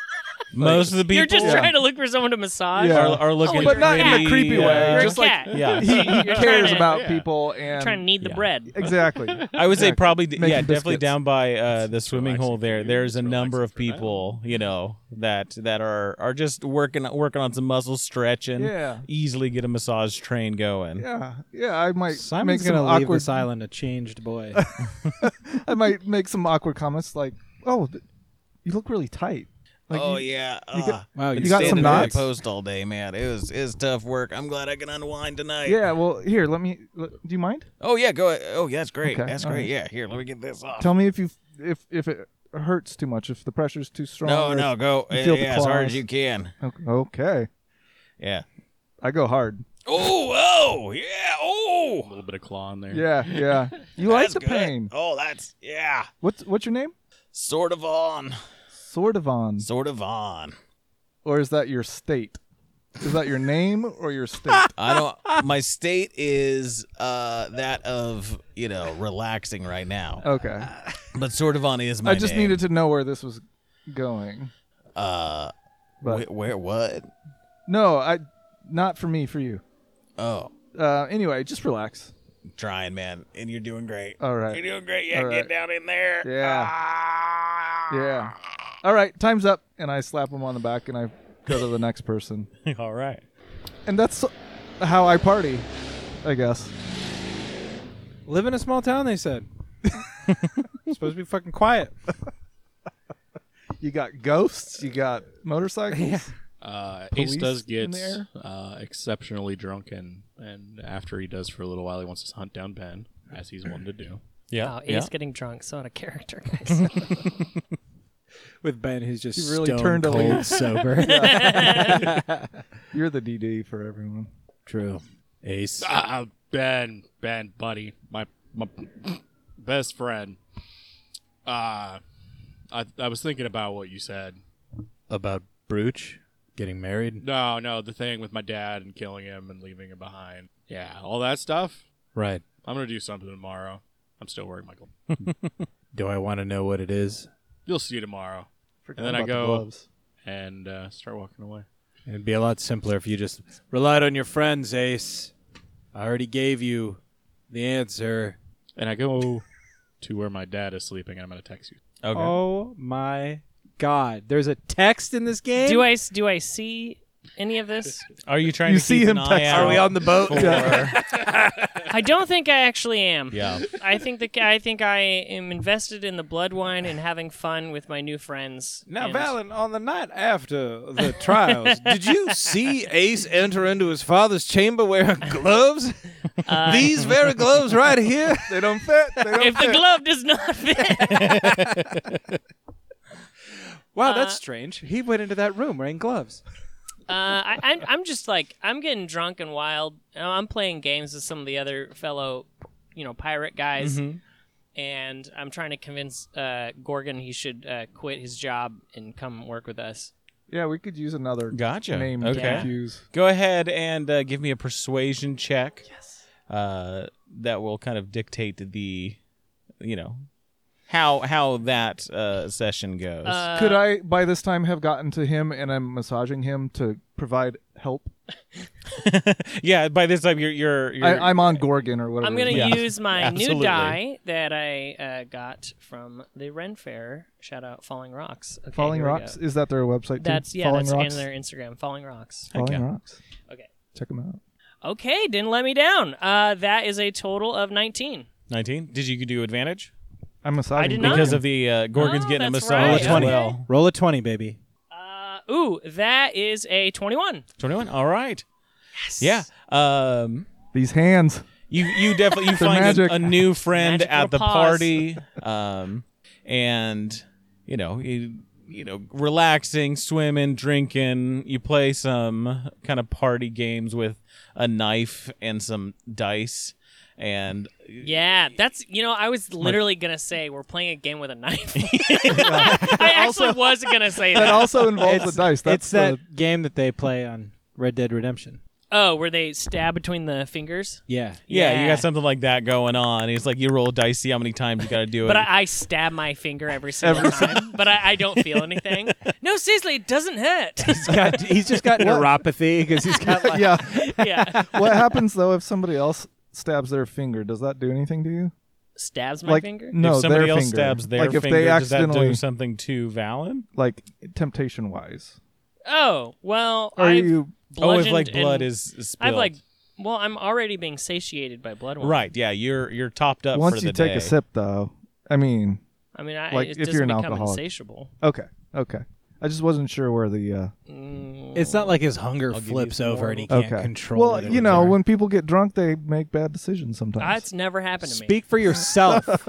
[SPEAKER 1] Most of the people
[SPEAKER 3] You're just
[SPEAKER 4] Yeah.
[SPEAKER 3] trying to look for someone to massage.
[SPEAKER 4] Yeah.
[SPEAKER 1] are, are looking,
[SPEAKER 4] but not in
[SPEAKER 1] pretty,
[SPEAKER 4] a creepy
[SPEAKER 1] uh,
[SPEAKER 4] way.
[SPEAKER 3] You're
[SPEAKER 4] just
[SPEAKER 3] a cat.
[SPEAKER 4] like
[SPEAKER 1] yeah.
[SPEAKER 4] he, he cares
[SPEAKER 3] to-
[SPEAKER 4] about
[SPEAKER 5] yeah.
[SPEAKER 4] people and
[SPEAKER 3] trying to knead the
[SPEAKER 1] Yeah.
[SPEAKER 3] bread.
[SPEAKER 4] exactly.
[SPEAKER 1] I would say probably, d-
[SPEAKER 4] Making
[SPEAKER 1] yeah, definitely
[SPEAKER 4] biscuits.
[SPEAKER 1] down by uh, the swimming
[SPEAKER 5] relaxing
[SPEAKER 1] hole
[SPEAKER 5] for
[SPEAKER 1] there.
[SPEAKER 5] you,
[SPEAKER 1] There's
[SPEAKER 5] it's
[SPEAKER 1] a number
[SPEAKER 5] relaxing
[SPEAKER 1] of
[SPEAKER 5] for them.
[SPEAKER 1] people, you know, that that are are just working working on some muscle stretching.
[SPEAKER 4] Yeah.
[SPEAKER 1] easily get a massage train going.
[SPEAKER 4] yeah, yeah. I might
[SPEAKER 6] Simon's
[SPEAKER 4] make some
[SPEAKER 6] gonna leave
[SPEAKER 4] awkward.
[SPEAKER 6] this island a changed boy.
[SPEAKER 4] I might make some awkward comments like, "Oh, th- you look really tight." Like,
[SPEAKER 1] oh
[SPEAKER 4] you-
[SPEAKER 1] yeah,
[SPEAKER 4] get-
[SPEAKER 1] Ugh.
[SPEAKER 6] Wow,
[SPEAKER 1] Been
[SPEAKER 4] you got some
[SPEAKER 1] standing in that
[SPEAKER 4] knots?
[SPEAKER 1] Post all day, man. It was it was tough work. I'm glad I can unwind tonight.
[SPEAKER 4] yeah. Well, here, let me. l- do you mind?
[SPEAKER 1] Oh yeah, go. ahead. Oh yeah, that's great.
[SPEAKER 4] Okay,
[SPEAKER 1] That's
[SPEAKER 4] all
[SPEAKER 1] great.
[SPEAKER 4] right.
[SPEAKER 1] Yeah, here, let me get this off.
[SPEAKER 4] Tell me if you if if it hurts too much, if the pressure's too strong.
[SPEAKER 1] no,
[SPEAKER 4] or
[SPEAKER 1] no, go.
[SPEAKER 4] you
[SPEAKER 1] Yeah,
[SPEAKER 4] feel the
[SPEAKER 1] as hard
[SPEAKER 4] claws.
[SPEAKER 1] as you can.
[SPEAKER 4] if- Okay,
[SPEAKER 1] Yeah.
[SPEAKER 4] I go hard.
[SPEAKER 1] Oh, oh, yeah. Oh.
[SPEAKER 5] A little bit of claw in there.
[SPEAKER 4] Yeah, yeah. You like
[SPEAKER 1] That's
[SPEAKER 4] the
[SPEAKER 1] good.
[SPEAKER 4] pain.
[SPEAKER 1] Oh, that's yeah.
[SPEAKER 4] What's what's your name?
[SPEAKER 1] Sort of on.
[SPEAKER 4] Sort of on.
[SPEAKER 1] Sort of on.
[SPEAKER 4] Or is that your state? Is that your name or your state?
[SPEAKER 1] I don't. my state is uh that of you know relaxing right now.
[SPEAKER 4] Okay.
[SPEAKER 1] But sort of on is my.
[SPEAKER 4] Oh. I just
[SPEAKER 1] name.
[SPEAKER 4] needed to know where this was going.
[SPEAKER 1] Uh,
[SPEAKER 4] But
[SPEAKER 1] wh- where what?
[SPEAKER 4] no, I not for me, for you.
[SPEAKER 1] Oh,
[SPEAKER 4] Uh anyway, just relax.
[SPEAKER 1] trying, man, and you're doing great.
[SPEAKER 4] All
[SPEAKER 1] You're
[SPEAKER 4] right.
[SPEAKER 1] doing great. Yeah,
[SPEAKER 4] All
[SPEAKER 1] get
[SPEAKER 4] right.
[SPEAKER 1] down in there.
[SPEAKER 4] Yeah.
[SPEAKER 1] Ah.
[SPEAKER 4] Yeah. All right, time's up and I slap him on the back and I go to the next person.
[SPEAKER 1] All right.
[SPEAKER 4] And that's how I party, I guess.
[SPEAKER 6] Live in a small town, they said. Supposed to be fucking quiet.
[SPEAKER 4] You got ghosts, you got motorcycles.
[SPEAKER 5] Uh,
[SPEAKER 4] Police
[SPEAKER 5] Ace does
[SPEAKER 4] in
[SPEAKER 5] get
[SPEAKER 4] the air?
[SPEAKER 5] uh, exceptionally drunk, and, and after he does for a little while, he wants to hunt down Ben, as he's one to do.
[SPEAKER 1] Yeah.
[SPEAKER 6] Uh,
[SPEAKER 3] Wow, Ace
[SPEAKER 1] yeah.
[SPEAKER 3] Oh, getting drunk, so out of character, guys.
[SPEAKER 6] with Ben, who's just
[SPEAKER 4] You really
[SPEAKER 6] stone
[SPEAKER 4] turned a
[SPEAKER 6] cold
[SPEAKER 4] leaf.
[SPEAKER 6] sober.
[SPEAKER 4] You're the DD for everyone.
[SPEAKER 6] True.
[SPEAKER 2] Ace.
[SPEAKER 5] Ah, Ben, Ben, buddy, my my best friend. Uh I I was thinking about what you said.
[SPEAKER 2] About Brooch getting married.
[SPEAKER 5] No, no, the thing with my dad and killing him and leaving him behind. Yeah, all that stuff.
[SPEAKER 2] Right.
[SPEAKER 5] I'm gonna do something tomorrow. I'm still worried, Michael.
[SPEAKER 2] Do I want to know what it is?
[SPEAKER 5] You'll see you tomorrow.
[SPEAKER 4] Forgot
[SPEAKER 5] then I
[SPEAKER 4] about the
[SPEAKER 5] go-
[SPEAKER 4] gloves.
[SPEAKER 5] And uh, start walking away.
[SPEAKER 2] It'd be a lot simpler if you just relied on your friends, Ace. I already gave you the answer.
[SPEAKER 5] And I go to where my dad is sleeping. and I'm gonna text you.
[SPEAKER 1] Okay.
[SPEAKER 6] Oh my god. There's a text in this game?
[SPEAKER 3] do I do I see any of this?
[SPEAKER 1] Are you trying
[SPEAKER 4] You
[SPEAKER 1] to
[SPEAKER 4] see
[SPEAKER 1] keep
[SPEAKER 4] him
[SPEAKER 1] an eye
[SPEAKER 4] text-
[SPEAKER 1] out?
[SPEAKER 4] Are we
[SPEAKER 2] on the boat?
[SPEAKER 1] for-
[SPEAKER 3] I don't think I actually am.
[SPEAKER 1] yeah.
[SPEAKER 3] I think the I think I am invested in the blood wine and having fun with my new friends.
[SPEAKER 6] Now,
[SPEAKER 3] and-
[SPEAKER 6] Valen, on the night after the
[SPEAKER 2] Trials. Did you see Ace enter into his father's chamber wearing gloves?
[SPEAKER 3] Uh,
[SPEAKER 2] These very gloves right here.
[SPEAKER 4] They don't fit. They don't
[SPEAKER 3] if the
[SPEAKER 4] fit.
[SPEAKER 3] glove does not fit,
[SPEAKER 6] Wow,
[SPEAKER 3] Uh,
[SPEAKER 6] that's strange. He went into that room wearing gloves.
[SPEAKER 3] uh, I, I'm I'm just like I'm getting drunk and wild. and I'm playing games with some of the other fellow, you know, pirate guys, and I'm trying to convince uh, Gorgon he should uh, quit his job and come work with us.
[SPEAKER 4] yeah, we could use another
[SPEAKER 1] Gotcha.
[SPEAKER 4] name
[SPEAKER 1] Okay.
[SPEAKER 4] to confuse.
[SPEAKER 1] Go ahead and uh, give me a persuasion check. Yes. Uh, that will kind of dictate the, you know, how how that uh, session goes.
[SPEAKER 3] Uh,
[SPEAKER 4] Could I, by this time, have gotten to him and I'm massaging him to provide help?
[SPEAKER 1] yeah. By this time, you're you're, you're
[SPEAKER 4] I, I'm on Gorgon or whatever.
[SPEAKER 3] I'm gonna
[SPEAKER 4] his name
[SPEAKER 1] Yeah.
[SPEAKER 3] use my new
[SPEAKER 1] Absolutely.
[SPEAKER 3] die that I uh, got from the Ren Fair. Shout out Falling Rocks. Okay,
[SPEAKER 4] is. Falling
[SPEAKER 3] here we
[SPEAKER 4] Rocks.
[SPEAKER 3] go.
[SPEAKER 4] Is that their website? too?
[SPEAKER 3] That's yeah.
[SPEAKER 4] Falling
[SPEAKER 3] that's
[SPEAKER 4] Rocks.
[SPEAKER 3] in their Instagram. Falling Rocks.
[SPEAKER 1] Heck yeah.
[SPEAKER 4] Falling Rocks.
[SPEAKER 3] Okay.
[SPEAKER 4] Check them out.
[SPEAKER 3] Okay, didn't let me down. Uh, that is a total of 19.
[SPEAKER 1] 19. Did you do advantage
[SPEAKER 4] I'm massaging.
[SPEAKER 3] did not.
[SPEAKER 1] because
[SPEAKER 4] Gorgon.
[SPEAKER 1] of the uh, Gorgon's
[SPEAKER 3] Oh,
[SPEAKER 1] getting a
[SPEAKER 3] that's
[SPEAKER 1] massage
[SPEAKER 3] right.
[SPEAKER 1] as
[SPEAKER 3] Twenty.
[SPEAKER 1] well?
[SPEAKER 6] Roll a 20, baby.
[SPEAKER 3] Uh, ooh, that is a 21.
[SPEAKER 1] 21. All right. Yes. Yeah. Um.
[SPEAKER 4] these hands.
[SPEAKER 1] You you definitely you find
[SPEAKER 4] magic.
[SPEAKER 1] a, a new friend
[SPEAKER 3] Magic
[SPEAKER 1] at the
[SPEAKER 3] little paws.
[SPEAKER 1] party, um, and you know you you know relaxing, swimming, drinking. You play some kind of party games with a knife and some dice, and
[SPEAKER 3] Yeah, that's you know I was literally gonna say we're playing a game with a knife. I actually was gonna say
[SPEAKER 4] That
[SPEAKER 3] that.
[SPEAKER 4] also involves the dice. That's
[SPEAKER 6] it's that game that they play on Red Dead Redemption.
[SPEAKER 3] oh, were they stabbed between the fingers?
[SPEAKER 6] Yeah.
[SPEAKER 1] yeah, you
[SPEAKER 3] Yeah.
[SPEAKER 1] got something like that going on. It's like you roll dice, see how many times you got to do it.
[SPEAKER 3] But I, I stab my finger every single time. but I, I don't feel anything. No, seriously, it doesn't hurt.
[SPEAKER 6] He's, got, he's just got neuropathy because he's got
[SPEAKER 4] the,
[SPEAKER 6] like.
[SPEAKER 4] yeah.
[SPEAKER 3] yeah,
[SPEAKER 4] what happens though if somebody else stabs their finger? Does that do anything to you?
[SPEAKER 3] stabs my
[SPEAKER 4] like
[SPEAKER 3] finger.
[SPEAKER 4] no,
[SPEAKER 1] if somebody
[SPEAKER 4] their
[SPEAKER 1] else
[SPEAKER 4] finger.
[SPEAKER 1] stabs their
[SPEAKER 4] like if
[SPEAKER 1] finger,
[SPEAKER 4] they
[SPEAKER 1] does that
[SPEAKER 4] accidentally
[SPEAKER 1] do something to Valen?
[SPEAKER 4] like temptation wise,
[SPEAKER 3] Oh well,
[SPEAKER 4] are
[SPEAKER 3] I've
[SPEAKER 4] you?
[SPEAKER 1] Oh, if
[SPEAKER 3] bludgeoned
[SPEAKER 1] like blood
[SPEAKER 3] and-
[SPEAKER 1] is spilled.
[SPEAKER 3] I've like, well, I'm already being satiated by blood wine.
[SPEAKER 1] right, yeah, you're you're topped up
[SPEAKER 4] Once
[SPEAKER 1] for
[SPEAKER 4] you
[SPEAKER 1] the
[SPEAKER 4] take
[SPEAKER 1] day.
[SPEAKER 4] a sip, though, I mean,
[SPEAKER 3] I mean, I,
[SPEAKER 4] Like,
[SPEAKER 3] it
[SPEAKER 4] if
[SPEAKER 3] doesn't
[SPEAKER 4] you're an
[SPEAKER 3] become
[SPEAKER 4] alcoholic.
[SPEAKER 3] insatiable.
[SPEAKER 4] okay, okay. I just wasn't sure where the uh,
[SPEAKER 6] It's not like his hunger
[SPEAKER 1] give you
[SPEAKER 6] flips
[SPEAKER 1] some
[SPEAKER 6] over
[SPEAKER 1] more.
[SPEAKER 6] and he can't
[SPEAKER 4] okay
[SPEAKER 6] control
[SPEAKER 4] Well,
[SPEAKER 6] it
[SPEAKER 4] you know,
[SPEAKER 6] anymore.
[SPEAKER 4] when people get drunk, they make bad decisions sometimes.
[SPEAKER 3] That's Ah, never happened to me.
[SPEAKER 6] Speak for yourself.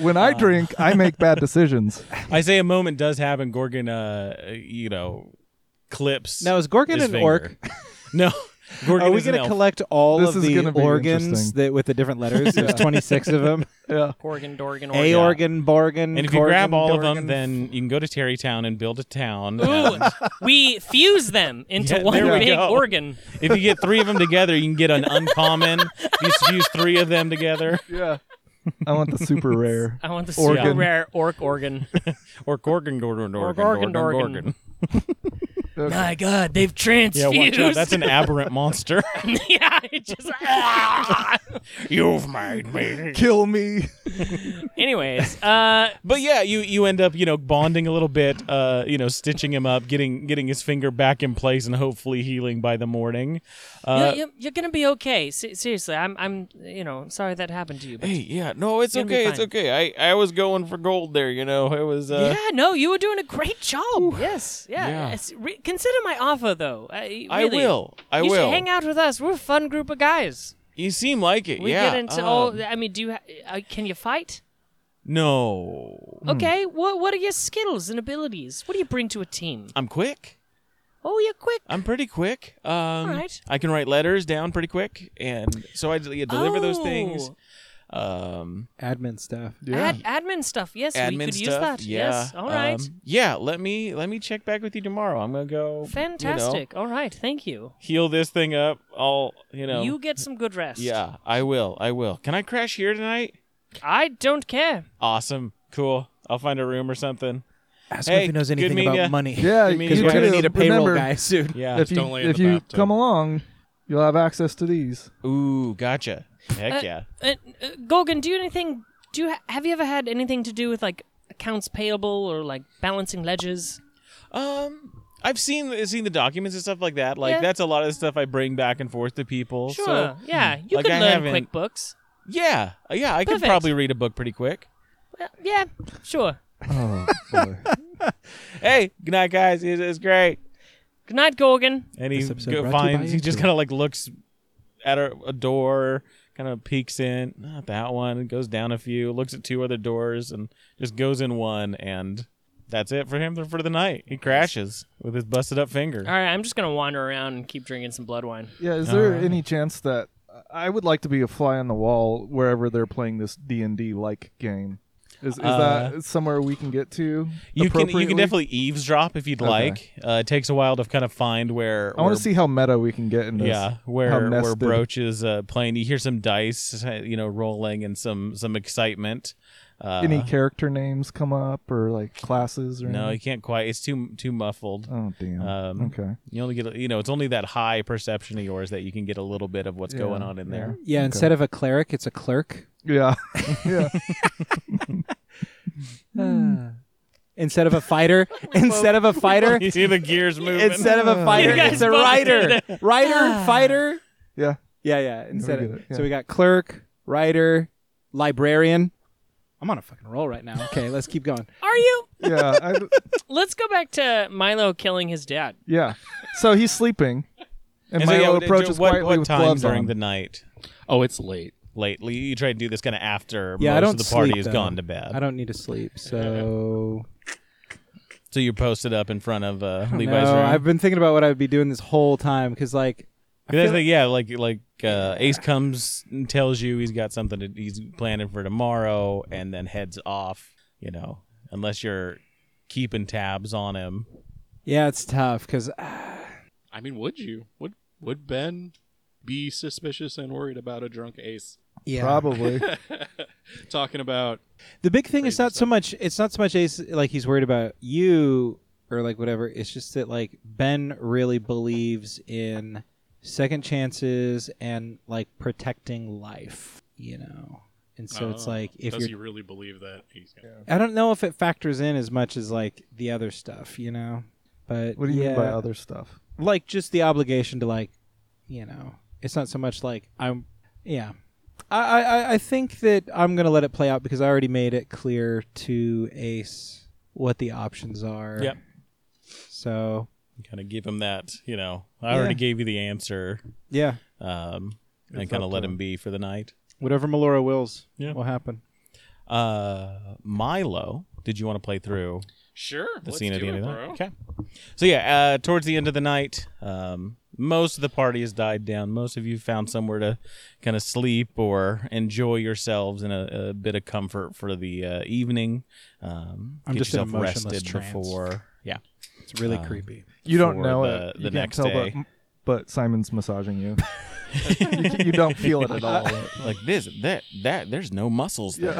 [SPEAKER 4] when I drink, I make bad decisions.
[SPEAKER 1] I say a moment does happen. Gorgon, uh, you know, clips.
[SPEAKER 6] Now, is Gorgon
[SPEAKER 1] his
[SPEAKER 6] an
[SPEAKER 1] finger.
[SPEAKER 6] orc?
[SPEAKER 1] No, Gorgon
[SPEAKER 6] Are we
[SPEAKER 1] is an
[SPEAKER 6] going to
[SPEAKER 1] elf.
[SPEAKER 6] collect all
[SPEAKER 4] This
[SPEAKER 6] of
[SPEAKER 4] is
[SPEAKER 6] the
[SPEAKER 4] gonna be
[SPEAKER 6] organs
[SPEAKER 4] interesting.
[SPEAKER 6] that with the different letters? There's 26 of them.
[SPEAKER 4] yeah.
[SPEAKER 3] Gorgon, Dorgan,
[SPEAKER 6] A
[SPEAKER 3] Orgon.
[SPEAKER 6] organ, Borgon.
[SPEAKER 1] And if you grab
[SPEAKER 6] Gorgon,
[SPEAKER 1] all of them,
[SPEAKER 6] Dorgan.
[SPEAKER 1] then you can go to Terrytown and build a town. Uh,
[SPEAKER 3] Ooh,
[SPEAKER 1] And
[SPEAKER 3] we fuse them into
[SPEAKER 1] Yeah,
[SPEAKER 3] one
[SPEAKER 1] there we
[SPEAKER 3] big
[SPEAKER 1] go.
[SPEAKER 3] organ.
[SPEAKER 1] if you get three of them together, you can get an uncommon. you just use three of them together,
[SPEAKER 4] Yeah. I want the super rare.
[SPEAKER 3] I want the super
[SPEAKER 4] Organ.
[SPEAKER 3] rare orc organ.
[SPEAKER 1] or Gorgon, Gorgon, Gorgon, Gorgon,
[SPEAKER 3] Gorgon, Dorgan.
[SPEAKER 1] Gorgon.
[SPEAKER 3] My God, they've
[SPEAKER 1] Yeah,
[SPEAKER 3] transfused.
[SPEAKER 1] watch out. That's an aberrant monster.
[SPEAKER 3] yeah, it just. Ah!
[SPEAKER 1] You've made me.
[SPEAKER 4] Kill me.
[SPEAKER 3] Anyways, uh,
[SPEAKER 1] But yeah, you you end up you know bonding a little bit, uh, you know, stitching him up, getting getting his finger back in place, and hopefully healing by the morning. Uh,
[SPEAKER 3] you're, you're gonna be okay. Se- seriously, I'm, I'm, you know, I'm sorry that happened to you. But
[SPEAKER 1] Hey, yeah, no, it's
[SPEAKER 3] You'll be
[SPEAKER 1] okay, it's
[SPEAKER 3] fine.
[SPEAKER 1] okay. I I was going for gold there, you know. It was uh,
[SPEAKER 3] yeah, no, you were doing a great job. Yes, yeah.
[SPEAKER 1] Yeah.
[SPEAKER 3] It's- re- consider my offer, though. I,
[SPEAKER 1] I
[SPEAKER 3] really.
[SPEAKER 1] will, I
[SPEAKER 3] you
[SPEAKER 1] will.
[SPEAKER 3] should hang out with us. We're a fun group of guys.
[SPEAKER 1] You seem like it,
[SPEAKER 3] We
[SPEAKER 1] yeah.
[SPEAKER 3] get into
[SPEAKER 1] um,
[SPEAKER 3] all. I mean, do you? Ha- uh, can you fight?
[SPEAKER 1] No,
[SPEAKER 3] Okay. What What are your skills and abilities? What do you bring to a team?
[SPEAKER 1] I'm quick.
[SPEAKER 3] Oh, you're quick.
[SPEAKER 1] I'm pretty quick. Um,
[SPEAKER 3] right.
[SPEAKER 1] I can write letters down pretty quick, and so I d- yeah, deliver those things.
[SPEAKER 3] Oh.
[SPEAKER 1] Um,
[SPEAKER 6] Admin stuff.
[SPEAKER 3] Ad- admin stuff. Yes, we
[SPEAKER 1] admin
[SPEAKER 3] could
[SPEAKER 1] stuff.
[SPEAKER 3] use that.
[SPEAKER 1] Yeah.
[SPEAKER 3] Yes. All right.
[SPEAKER 1] um, yeah. Let me let me check back with you tomorrow. I'm gonna go. you know,
[SPEAKER 3] Fantastic. All right. Thank you.
[SPEAKER 1] heal this thing up. I'll you know.
[SPEAKER 3] You get some good rest.
[SPEAKER 1] Um, yeah, I will. I will. Can I crash here tonight?
[SPEAKER 3] I don't care.
[SPEAKER 1] Awesome. Cool. I'll find a room or something.
[SPEAKER 6] Ask
[SPEAKER 1] Hey,
[SPEAKER 6] him if he knows
[SPEAKER 1] good
[SPEAKER 6] anything
[SPEAKER 1] meeting
[SPEAKER 6] about
[SPEAKER 1] ya.
[SPEAKER 6] money.
[SPEAKER 4] Yeah,
[SPEAKER 1] You mean-
[SPEAKER 6] Because
[SPEAKER 4] you
[SPEAKER 6] we're going to
[SPEAKER 4] too.
[SPEAKER 6] need a payroll
[SPEAKER 4] Remember,
[SPEAKER 6] guy soon.
[SPEAKER 1] Yeah.
[SPEAKER 4] If you,
[SPEAKER 5] Don't lay in
[SPEAKER 4] if
[SPEAKER 5] the
[SPEAKER 4] you
[SPEAKER 5] bathtub.
[SPEAKER 4] come along, you'll have access to these.
[SPEAKER 1] Ooh, gotcha.
[SPEAKER 3] Uh,
[SPEAKER 1] Heck yeah.
[SPEAKER 3] Uh, uh, Gorgon, do you anything? Do you ha- have you ever had anything to do with like accounts payable or like balancing ledgers?
[SPEAKER 1] Um, I've seen seen the documents and stuff like that. Like
[SPEAKER 3] Yeah.
[SPEAKER 1] that's a lot of the stuff I bring back and forth to people.
[SPEAKER 3] Sure.
[SPEAKER 1] So
[SPEAKER 3] yeah, you
[SPEAKER 1] hmm, Like,
[SPEAKER 3] could
[SPEAKER 1] I
[SPEAKER 3] learn
[SPEAKER 1] haven't-
[SPEAKER 3] QuickBooks.
[SPEAKER 1] yeah, yeah, I could
[SPEAKER 3] Perfect.
[SPEAKER 1] probably read a book pretty quick.
[SPEAKER 3] Well, yeah, sure.
[SPEAKER 4] Oh boy.
[SPEAKER 1] Hey, good night, guys. It was great.
[SPEAKER 3] Good night, Gorgon.
[SPEAKER 1] And he
[SPEAKER 6] This episode
[SPEAKER 1] go,
[SPEAKER 6] brought to you by
[SPEAKER 1] finds. He just
[SPEAKER 6] Intuit.
[SPEAKER 1] kind of like looks at a, a door, kind of peeks in. Not that one. Goes down a few. Looks at two other doors and just goes in one. And that's it for him for the night. He crashes with his busted up finger.
[SPEAKER 3] All right, I'm just gonna wander around and keep drinking some blood wine.
[SPEAKER 4] Yeah, is there
[SPEAKER 1] Alright.
[SPEAKER 4] any chance that I would like to be a fly on the wall wherever they're playing this D and D like game? Is, is
[SPEAKER 1] Uh,
[SPEAKER 4] that somewhere we can get to?
[SPEAKER 1] You can you
[SPEAKER 4] appropriately?
[SPEAKER 1] can definitely eavesdrop if you'd
[SPEAKER 4] Okay.
[SPEAKER 1] like. Uh, it takes a while to kind of find where.
[SPEAKER 4] I want
[SPEAKER 1] where-
[SPEAKER 4] to see how meta we can get in this.
[SPEAKER 1] Yeah,
[SPEAKER 4] how
[SPEAKER 1] where where
[SPEAKER 4] nested.
[SPEAKER 1] Broach is uh, playing. You hear some dice, uh, you know, rolling and some some excitement. Uh,
[SPEAKER 4] Any character names come up or like classes or
[SPEAKER 1] no, you
[SPEAKER 4] anything?
[SPEAKER 1] can't quite. It's too too muffled.
[SPEAKER 4] Oh damn.
[SPEAKER 1] Um,
[SPEAKER 4] okay.
[SPEAKER 1] You only get you know it's only that high perception of yours that you can get a little bit of what's
[SPEAKER 4] Yeah,
[SPEAKER 1] going on in
[SPEAKER 4] yeah.
[SPEAKER 1] there.
[SPEAKER 6] Yeah, instead of a cleric, it's a clerk.
[SPEAKER 4] Yeah. yeah.
[SPEAKER 6] Instead of a fighter, instead of a fighter,
[SPEAKER 1] You see the gears moving.
[SPEAKER 6] instead of a fighter,
[SPEAKER 3] guys
[SPEAKER 6] it's a
[SPEAKER 3] both
[SPEAKER 6] writer. Writer,
[SPEAKER 1] Ah.
[SPEAKER 6] fighter.
[SPEAKER 4] Yeah.
[SPEAKER 6] Yeah, yeah. Instead
[SPEAKER 4] get
[SPEAKER 6] of,
[SPEAKER 4] it, yeah.
[SPEAKER 6] so we got clerk, writer, librarian. I'm on a fucking roll right now. Okay, let's keep going.
[SPEAKER 3] Are you?
[SPEAKER 4] Yeah. I,
[SPEAKER 3] Let's go back to Milo killing his dad.
[SPEAKER 4] yeah. So he's sleeping, and,
[SPEAKER 1] And so,
[SPEAKER 4] Milo
[SPEAKER 1] yeah,
[SPEAKER 4] approaches
[SPEAKER 1] what,
[SPEAKER 4] quietly
[SPEAKER 1] what
[SPEAKER 4] with
[SPEAKER 1] time
[SPEAKER 4] gloves
[SPEAKER 1] during
[SPEAKER 4] on.
[SPEAKER 1] the night.
[SPEAKER 5] Oh, it's late.
[SPEAKER 1] Lately, you try to do this kind of after
[SPEAKER 6] Yeah,
[SPEAKER 1] most
[SPEAKER 6] I don't
[SPEAKER 1] of the party
[SPEAKER 6] sleep,
[SPEAKER 1] has
[SPEAKER 6] though.
[SPEAKER 1] gone to bed.
[SPEAKER 6] I don't need to sleep, so
[SPEAKER 1] So you're posted up in front of uh,
[SPEAKER 6] no,
[SPEAKER 1] Levi's room.
[SPEAKER 6] I've been thinking about what I'd be doing this whole time because, like, I
[SPEAKER 1] That's
[SPEAKER 6] feel-
[SPEAKER 1] like- yeah, like like uh, Ace comes and tells you he's got something to, he's planning for tomorrow, and then heads off. You know, unless you're keeping tabs on him.
[SPEAKER 6] yeah, it's tough uh, because
[SPEAKER 5] I mean, would you? Would would Ben be suspicious and worried about a drunk ace
[SPEAKER 6] yeah,
[SPEAKER 4] Probably.
[SPEAKER 5] talking about
[SPEAKER 6] The big thing is not so much it's not so much Ace like he's worried about you or like whatever. It's just that like Ben really believes in second chances and like protecting life, you know. And so it's
[SPEAKER 5] Oh,
[SPEAKER 6] like if
[SPEAKER 5] does
[SPEAKER 6] you're
[SPEAKER 5] he really believe that he's gonna
[SPEAKER 6] I don't know if it factors in as much as like the other stuff, you know. But
[SPEAKER 4] What do you
[SPEAKER 6] yeah,
[SPEAKER 4] mean by other stuff?
[SPEAKER 6] like just the obligation to like, you know, it's not so much like I'm, yeah. I, I- I, I think that I'm gonna let it play out because I already made it clear to Ace what the options are.
[SPEAKER 1] Yep.
[SPEAKER 6] So
[SPEAKER 1] Kind of give him that. You know, I already gave you the answer,
[SPEAKER 6] yeah,
[SPEAKER 1] um, and kind of let him be for the night.
[SPEAKER 6] whatever Melora wills
[SPEAKER 1] Yeah.
[SPEAKER 6] will happen.
[SPEAKER 1] Uh, Milo, did you want to play through
[SPEAKER 5] Sure.
[SPEAKER 1] the
[SPEAKER 5] let's
[SPEAKER 1] scene at
[SPEAKER 5] do
[SPEAKER 1] the end of
[SPEAKER 5] it,
[SPEAKER 1] that?
[SPEAKER 5] bro.
[SPEAKER 1] Okay. So yeah, uh, towards the end of the night, um, most of the party has died down. Most of you found somewhere to kind of sleep or enjoy yourselves in a, a bit of comfort for the uh, evening. Um,
[SPEAKER 6] I'm
[SPEAKER 1] get
[SPEAKER 6] just in a
[SPEAKER 1] yourself
[SPEAKER 6] motionless
[SPEAKER 1] rested
[SPEAKER 6] trance.
[SPEAKER 1] before. Yeah.
[SPEAKER 6] It's really
[SPEAKER 1] Um,
[SPEAKER 6] creepy.
[SPEAKER 4] You don't
[SPEAKER 1] for
[SPEAKER 4] know
[SPEAKER 1] the-
[SPEAKER 4] it.
[SPEAKER 1] the
[SPEAKER 4] you
[SPEAKER 1] next
[SPEAKER 4] can't tell,
[SPEAKER 1] day.
[SPEAKER 4] But, but Simon's massaging you. you. You don't feel it at all.
[SPEAKER 1] Like this, that, that. There's no muscles. There.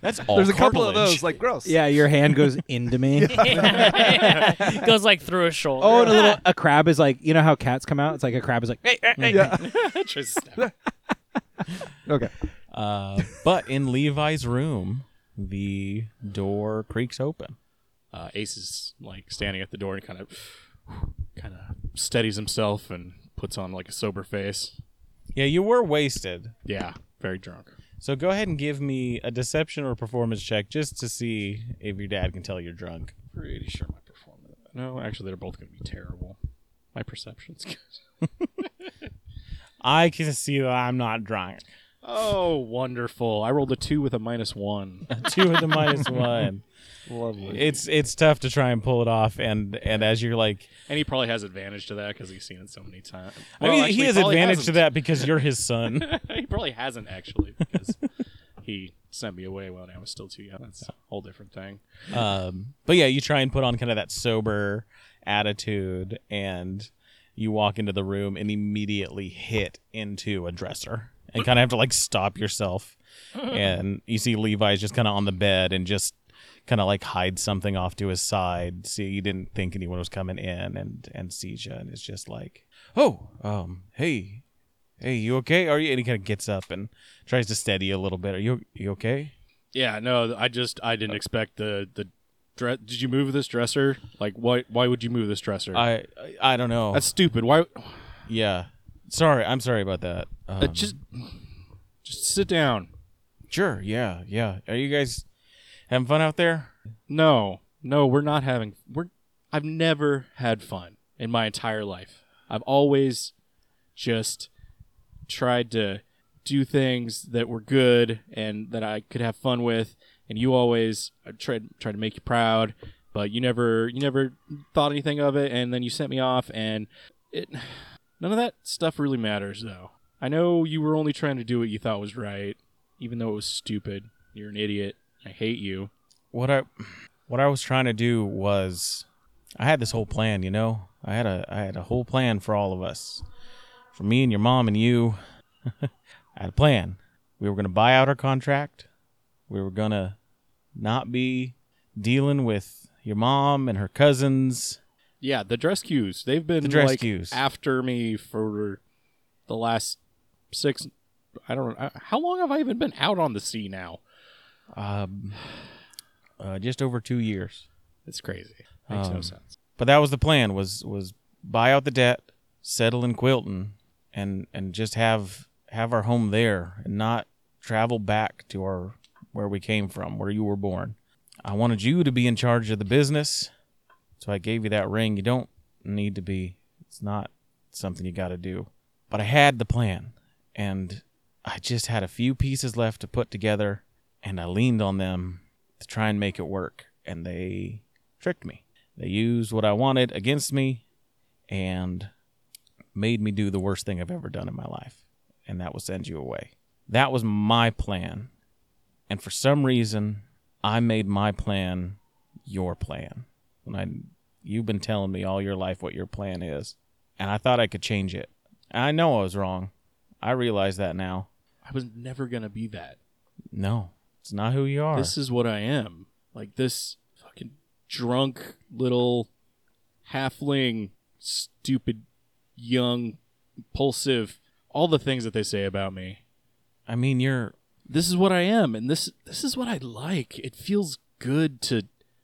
[SPEAKER 1] That's all.
[SPEAKER 4] There's a couple
[SPEAKER 1] cartilage.
[SPEAKER 4] of those, like gross.
[SPEAKER 6] Yeah, your hand goes into me.
[SPEAKER 3] Goes like through his shoulder.
[SPEAKER 6] Oh, and a little a crab is like you know how cats come out. It's like a crab is like.
[SPEAKER 4] yeah.
[SPEAKER 5] Just snap.
[SPEAKER 4] Okay.
[SPEAKER 1] Uh, but in Levi's room, the door creaks open.
[SPEAKER 5] Uh, Ace is like standing at the door and kind of, kind of steadies himself and puts on like a sober face.
[SPEAKER 1] Yeah, you were wasted.
[SPEAKER 5] Yeah, very drunk.
[SPEAKER 1] So go ahead and give me a deception or performance check just to see if your dad can tell you're drunk.
[SPEAKER 5] Pretty sure my performance. No, actually, they're both going to be terrible. My perception's good.
[SPEAKER 1] I can see that I'm not drunk.
[SPEAKER 5] Oh, wonderful! I rolled a two with a minus one.
[SPEAKER 1] Two with the minus one.
[SPEAKER 6] Lovely.
[SPEAKER 1] It's it's tough to try and pull it off, and and as you're like,
[SPEAKER 5] And he probably has advantage to that because he's seen it so many times.
[SPEAKER 1] I mean, he has advantage to that because you're his son.
[SPEAKER 5] that. he probably hasn't actually because he sent me away when I was still too young. That's a whole different thing.
[SPEAKER 1] um, but yeah, you try and put on kind of that sober attitude, and you walk into the room and immediately hit into a dresser, and kind of have to like stop yourself. And you see Levi's just kind of on the bed and just kind of like hide something off to his side. See, he didn't think anyone was coming in, and and sees you, and it's just like, oh, um, hey, hey, you okay? Are you? And he kind of gets up and tries to steady you a little bit. Are you you okay?
[SPEAKER 5] Yeah, no, I just I didn't expect the the. Dre- did you move this dresser? Like, why? Why would you move this dresser?
[SPEAKER 1] I I- I don't know.
[SPEAKER 5] That's stupid. Why?
[SPEAKER 1] Yeah. Sorry, I'm sorry about that.
[SPEAKER 5] Uh,
[SPEAKER 1] Um,
[SPEAKER 5] just, just sit down.
[SPEAKER 1] sure, yeah, yeah. Are you guys having fun out there?
[SPEAKER 5] No, no, we're not having. We're. I've never had fun in my entire life. I've always just tried to do things that were good and that I could have fun with. And you always uh, tried tried to make you proud, but you never you never thought anything of it. And then you sent me off, and it none of that stuff really matters though. I know you were only trying to do what you thought was right, even though it was stupid. You're an idiot. I hate you.
[SPEAKER 1] What I what I was trying to do was I had this whole plan, you know? I had a I had a whole plan for all of us. For me and your mom and you. I had a plan. We were going to buy out our contract. We were going to not be dealing with your mom and her cousins.
[SPEAKER 5] Yeah, the dress cues. They've been
[SPEAKER 1] The dress
[SPEAKER 5] like
[SPEAKER 1] cues.
[SPEAKER 5] after me for the last six. I don't. I- How long have I even been out on the sea now?
[SPEAKER 1] Um, uh, just over 2 years.
[SPEAKER 5] It's crazy. Makes no
[SPEAKER 1] Um,
[SPEAKER 5] sense.
[SPEAKER 1] but that was the plan was was buy out the debt settle in quilton and and just have have our home there and not travel back to our where we came from where you were born i wanted you to be in charge of the business so i gave you that ring you don't need to be it's not something you got to do but i had the plan and i just had a few pieces left to put together and i leaned on them to try and make it work and they tricked me they used what I wanted against me and made me do the worst thing I've ever done in my life. And that will send you away. That was my plan. And for some reason, I made my plan your plan. When I you've been telling me all your life what your plan is, and I thought I could change it. And I know I was wrong. I realize that now.
[SPEAKER 5] I was never gonna be that.
[SPEAKER 1] No, it's not who you are.
[SPEAKER 5] This is what I am. Like this fucking drunk little halfling, stupid, young, impulsive. All the things that they say about me.
[SPEAKER 1] I mean, you're
[SPEAKER 5] this is what I am, and this this is what I like. It feels good to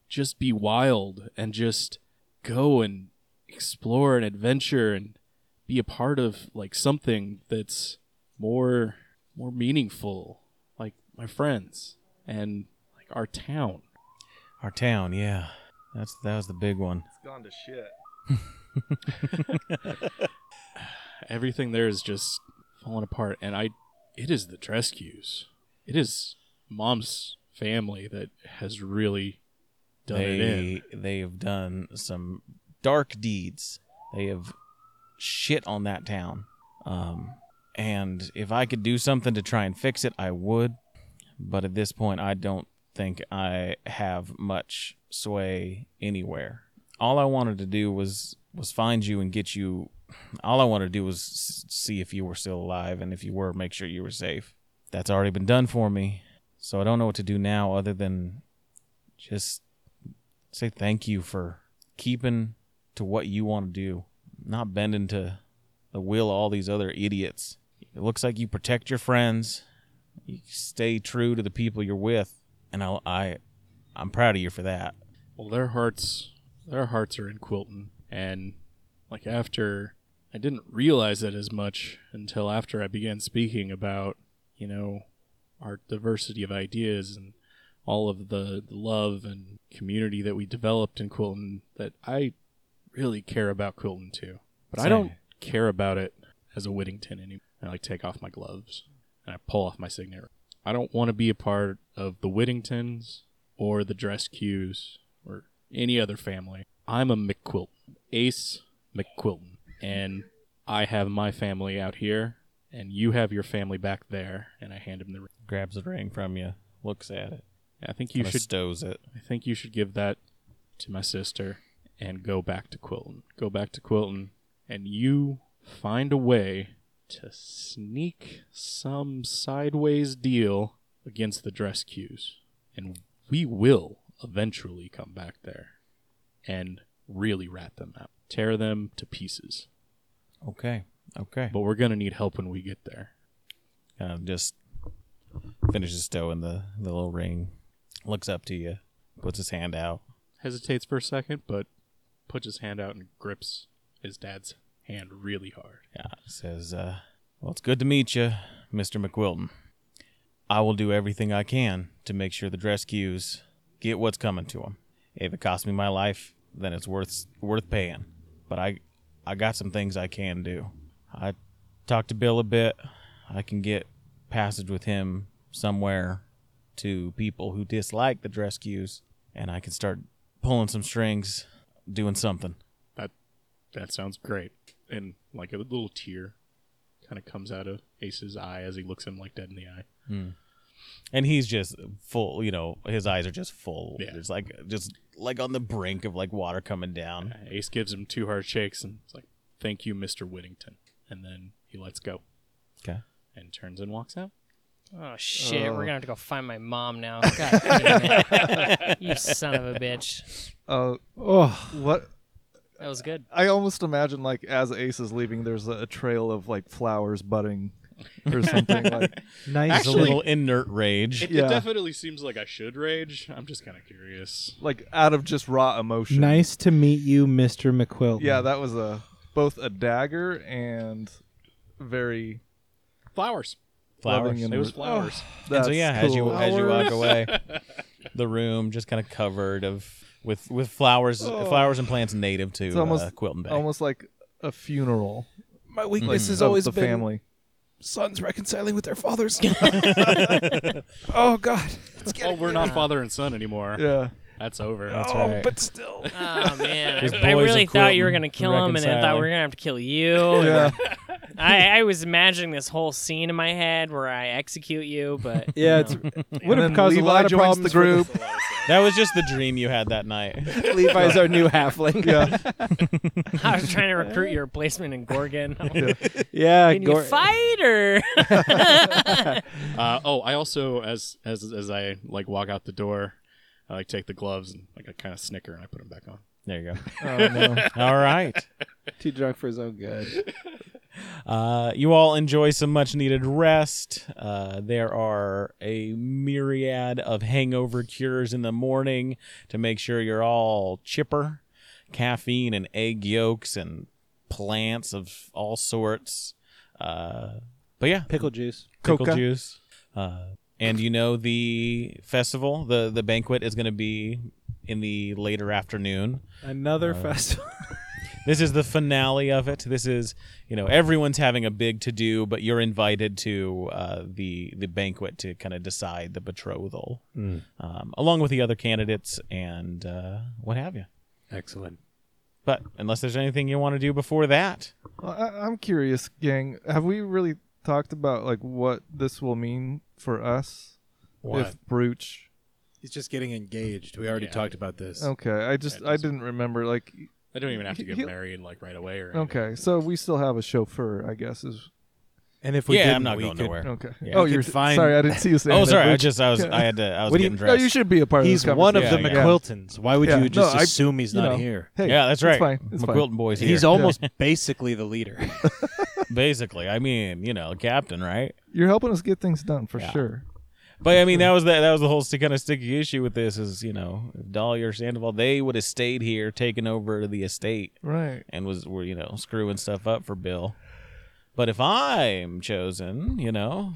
[SPEAKER 5] just be wild and just go and explore and adventure and be a part of like something that's more more meaningful, like my friends and like our town.
[SPEAKER 1] our town. Yeah, that's that was the big one.
[SPEAKER 4] gone to shit.
[SPEAKER 5] Everything there is just falling apart, and I it is the dress cues. It is mom's family that has really done it in.
[SPEAKER 1] they they have done some dark deeds. They have shit on that town. Um, and if I could do something to try and fix it, I would. But at this point, I don't think I have much sway anywhere. All I wanted to do was was find you and get you. All I wanted to do was s- see if you were still alive, and if you were, make sure you were safe. That's already been done for me, so I don't know what to do now other than just say thank you for keeping to what you want to do, not bending to the will of all these other idiots. It looks like you protect your friends. You stay true to the people you're with, and I'll, I, I'm proud of you for that.
[SPEAKER 5] Well, their hearts, their hearts are in Quilton, and like after, I didn't realize it as much until after I began speaking about, you know, our diversity of ideas and all of the love and community that we developed in Quilton. That I really care about Quilton too, but I don't care about it as a Whittington anymore. I like take off my gloves and I pull off my signet. I don't want to be a part of the Whittingtons or the Drescues or any other family. I'm a McQuilton, Ace McQuilton, and I have my family out here, and you have your family back there. And I hand him the ring.
[SPEAKER 1] Grabs the ring from you, looks at it,
[SPEAKER 5] I think
[SPEAKER 1] you
[SPEAKER 5] you should.
[SPEAKER 1] stows it.
[SPEAKER 5] I think you should give that to my sister and go back to Quilton. Go back to Quilton, and you find a way to sneak some sideways deal against the dress cues, and we will eventually come back there and really rat them out, tear them to pieces.
[SPEAKER 1] Okay, okay.
[SPEAKER 5] But we're gonna need help when we get there.
[SPEAKER 1] kind of just finishes stowing the, the little ring, looks up to you, puts his hand out.
[SPEAKER 5] Hesitates for a second, but puts his hand out and grips his dad's hand really hard.
[SPEAKER 1] Yeah, says, uh, Well, it's good to meet you, Mr. McWilton. I will do everything I can to make sure the rescues get what's coming to them. If it costs me my life, then it's worth worth paying. But I, I got some things I can do. I talked to Bill a bit. I can get passage with him somewhere to people who dislike the rescues, and I can start pulling some strings, doing something.
[SPEAKER 5] That that sounds great. And like a little tear kind of comes out of Ace's eye as he looks him like dead in the eye.
[SPEAKER 1] and he's just full you know his eyes are just full
[SPEAKER 5] Yeah.
[SPEAKER 1] it's like just like on the brink of like water coming down
[SPEAKER 5] Ace gives him two hard shakes and it's like, "Thank you, Mister Whittington." And then he lets go
[SPEAKER 1] okay
[SPEAKER 5] and turns and walks out.
[SPEAKER 3] Oh shit, we're gonna have to go find my mom now. God damn it. you son of a bitch.
[SPEAKER 4] Uh,
[SPEAKER 6] Oh,
[SPEAKER 4] what?
[SPEAKER 3] That was good.
[SPEAKER 4] I almost imagine like as Ace is leaving, there's a, a trail of like flowers budding or something. like
[SPEAKER 6] nice.
[SPEAKER 1] There's a little inert rage
[SPEAKER 5] It,
[SPEAKER 4] Yeah.
[SPEAKER 5] definitely seems like I should rage. I'm just kind of curious.
[SPEAKER 4] like out of just raw emotion.
[SPEAKER 6] Nice to meet you, Mr. McQuilton.
[SPEAKER 4] Yeah, that was a both a dagger and very
[SPEAKER 5] Flowers.
[SPEAKER 1] flowers
[SPEAKER 4] loving and
[SPEAKER 5] It was flowers.
[SPEAKER 1] and
[SPEAKER 4] that's
[SPEAKER 1] so yeah as you
[SPEAKER 4] cool.
[SPEAKER 1] as you walk away the room just kind of covered of with with flowers flowers and plants native to
[SPEAKER 4] Oh. It's almost
[SPEAKER 1] uh, Quilton Bay
[SPEAKER 4] almost like a funeral.
[SPEAKER 7] My weakness
[SPEAKER 4] This
[SPEAKER 7] has
[SPEAKER 4] is
[SPEAKER 7] always
[SPEAKER 4] the
[SPEAKER 7] been
[SPEAKER 4] family.
[SPEAKER 7] sons reconciling with their fathers. oh God, it's
[SPEAKER 5] Well,
[SPEAKER 7] getting
[SPEAKER 5] we're not father and son anymore.
[SPEAKER 4] Yeah.
[SPEAKER 5] That's over.
[SPEAKER 7] Oh,
[SPEAKER 1] right.
[SPEAKER 7] but still,
[SPEAKER 3] Oh man,
[SPEAKER 1] His
[SPEAKER 3] I, I
[SPEAKER 1] boys
[SPEAKER 3] really
[SPEAKER 1] of
[SPEAKER 3] thought you were
[SPEAKER 1] Quilton
[SPEAKER 3] gonna kill him, and I thought we were
[SPEAKER 1] reconciling.
[SPEAKER 3] gonna have to kill you.
[SPEAKER 4] Yeah.
[SPEAKER 3] I, I was imagining this whole scene in my head where I execute you, but
[SPEAKER 6] Yeah, it's, would have caused
[SPEAKER 4] Levi
[SPEAKER 6] a lot of
[SPEAKER 4] joins
[SPEAKER 6] problems.
[SPEAKER 4] the
[SPEAKER 6] for
[SPEAKER 4] group.
[SPEAKER 1] that was just the dream you had that night
[SPEAKER 6] Levi's our new halfling.
[SPEAKER 4] yeah.
[SPEAKER 3] I was trying to recruit your replacement in Gorgon.
[SPEAKER 6] yeah.
[SPEAKER 3] Can you
[SPEAKER 6] Gor-
[SPEAKER 3] fight or?
[SPEAKER 5] Uh, oh, I also as as as I like walk out the door, I like take the gloves and like I kind of snicker and I put them back on.
[SPEAKER 1] there you go
[SPEAKER 4] Oh,
[SPEAKER 1] all right
[SPEAKER 6] Too drunk for his own good.
[SPEAKER 1] Uh, you all enjoy some much needed rest. Uh, there are a myriad of hangover cures in the morning to make sure you're all chipper. Caffeine and egg yolks and plants of all sorts. Uh, but yeah,
[SPEAKER 6] Pickle juice.
[SPEAKER 1] pickle
[SPEAKER 4] Coca.
[SPEAKER 1] juice. Uh, and you know the festival, the the banquet is going to be in the later afternoon.
[SPEAKER 6] Another festival.
[SPEAKER 1] This is the finale of it. This is, you know, everyone's having a big to do, but you're invited to uh, the the banquet to kind of decide the betrothal, um, along with the other candidates and uh, what have you.
[SPEAKER 5] Excellent.
[SPEAKER 1] But unless there's anything you want to do before that,
[SPEAKER 4] Well, I, I'm curious, gang. Have we really talked about like what this will mean for us if Brooch?
[SPEAKER 2] He's just getting engaged. We already
[SPEAKER 5] Yeah.
[SPEAKER 2] talked about this.
[SPEAKER 6] Oh,
[SPEAKER 4] Okay, I just I didn't remember. Like,
[SPEAKER 5] I don't even have to get
[SPEAKER 4] He-
[SPEAKER 5] married like right away or anything.
[SPEAKER 4] okay, so we still have a chauffeur, I guess. Is
[SPEAKER 2] And if we
[SPEAKER 1] yeah,
[SPEAKER 2] didn't,
[SPEAKER 1] I'm not
[SPEAKER 2] we
[SPEAKER 1] going
[SPEAKER 2] could-
[SPEAKER 1] nowhere.
[SPEAKER 4] okay.
[SPEAKER 1] Yeah.
[SPEAKER 4] Oh,
[SPEAKER 2] We
[SPEAKER 4] you're
[SPEAKER 2] could find-
[SPEAKER 4] Sorry, I didn't see you saying.
[SPEAKER 1] Oh,
[SPEAKER 4] that,
[SPEAKER 1] sorry. I
[SPEAKER 4] Brooch.
[SPEAKER 1] just I was I had to I was
[SPEAKER 6] What do you-
[SPEAKER 1] getting
[SPEAKER 4] No,
[SPEAKER 1] dressed.
[SPEAKER 4] you should be a part
[SPEAKER 6] He's
[SPEAKER 4] of this
[SPEAKER 6] one of the
[SPEAKER 1] Yeah, yeah.
[SPEAKER 6] McQuiltons. Why would
[SPEAKER 4] Yeah,
[SPEAKER 6] you just
[SPEAKER 4] no, I-
[SPEAKER 6] assume he's
[SPEAKER 4] you
[SPEAKER 6] not
[SPEAKER 4] know.
[SPEAKER 6] here?
[SPEAKER 4] Hey,
[SPEAKER 1] yeah, that's right.
[SPEAKER 4] It's fine. It's fine.
[SPEAKER 1] McQuilton boys here.
[SPEAKER 6] He's almost basically the leader.
[SPEAKER 1] Basically, I mean, you know, captain, right?
[SPEAKER 4] You're helping us get things done for sure.
[SPEAKER 1] But I mean, that was that that was the whole st- kind of sticky issue with this is you know if Dolly or Sandoval they would have stayed here, taken over the estate,
[SPEAKER 4] Right.
[SPEAKER 1] and was were you know screwing stuff up for Bill. But if I'm chosen, you know,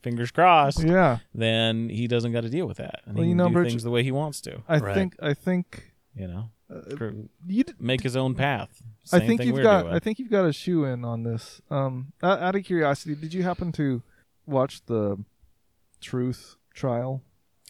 [SPEAKER 1] fingers crossed,
[SPEAKER 4] Yeah.
[SPEAKER 1] then he doesn't got to deal with that, and
[SPEAKER 4] Well,
[SPEAKER 1] he
[SPEAKER 4] you
[SPEAKER 1] can
[SPEAKER 4] know,
[SPEAKER 1] do
[SPEAKER 4] Bridget-
[SPEAKER 1] things the way he wants to.
[SPEAKER 4] I
[SPEAKER 8] Right.
[SPEAKER 4] think I think
[SPEAKER 1] You know, Screw-
[SPEAKER 4] you d-
[SPEAKER 1] make his own path.
[SPEAKER 4] Uh, I
[SPEAKER 1] Same
[SPEAKER 4] think
[SPEAKER 1] thing
[SPEAKER 4] you've
[SPEAKER 1] we're
[SPEAKER 4] got
[SPEAKER 1] doing.
[SPEAKER 4] I think you've got a shoe in on this. Um o- out of curiosity, did you happen to watch the truth trial?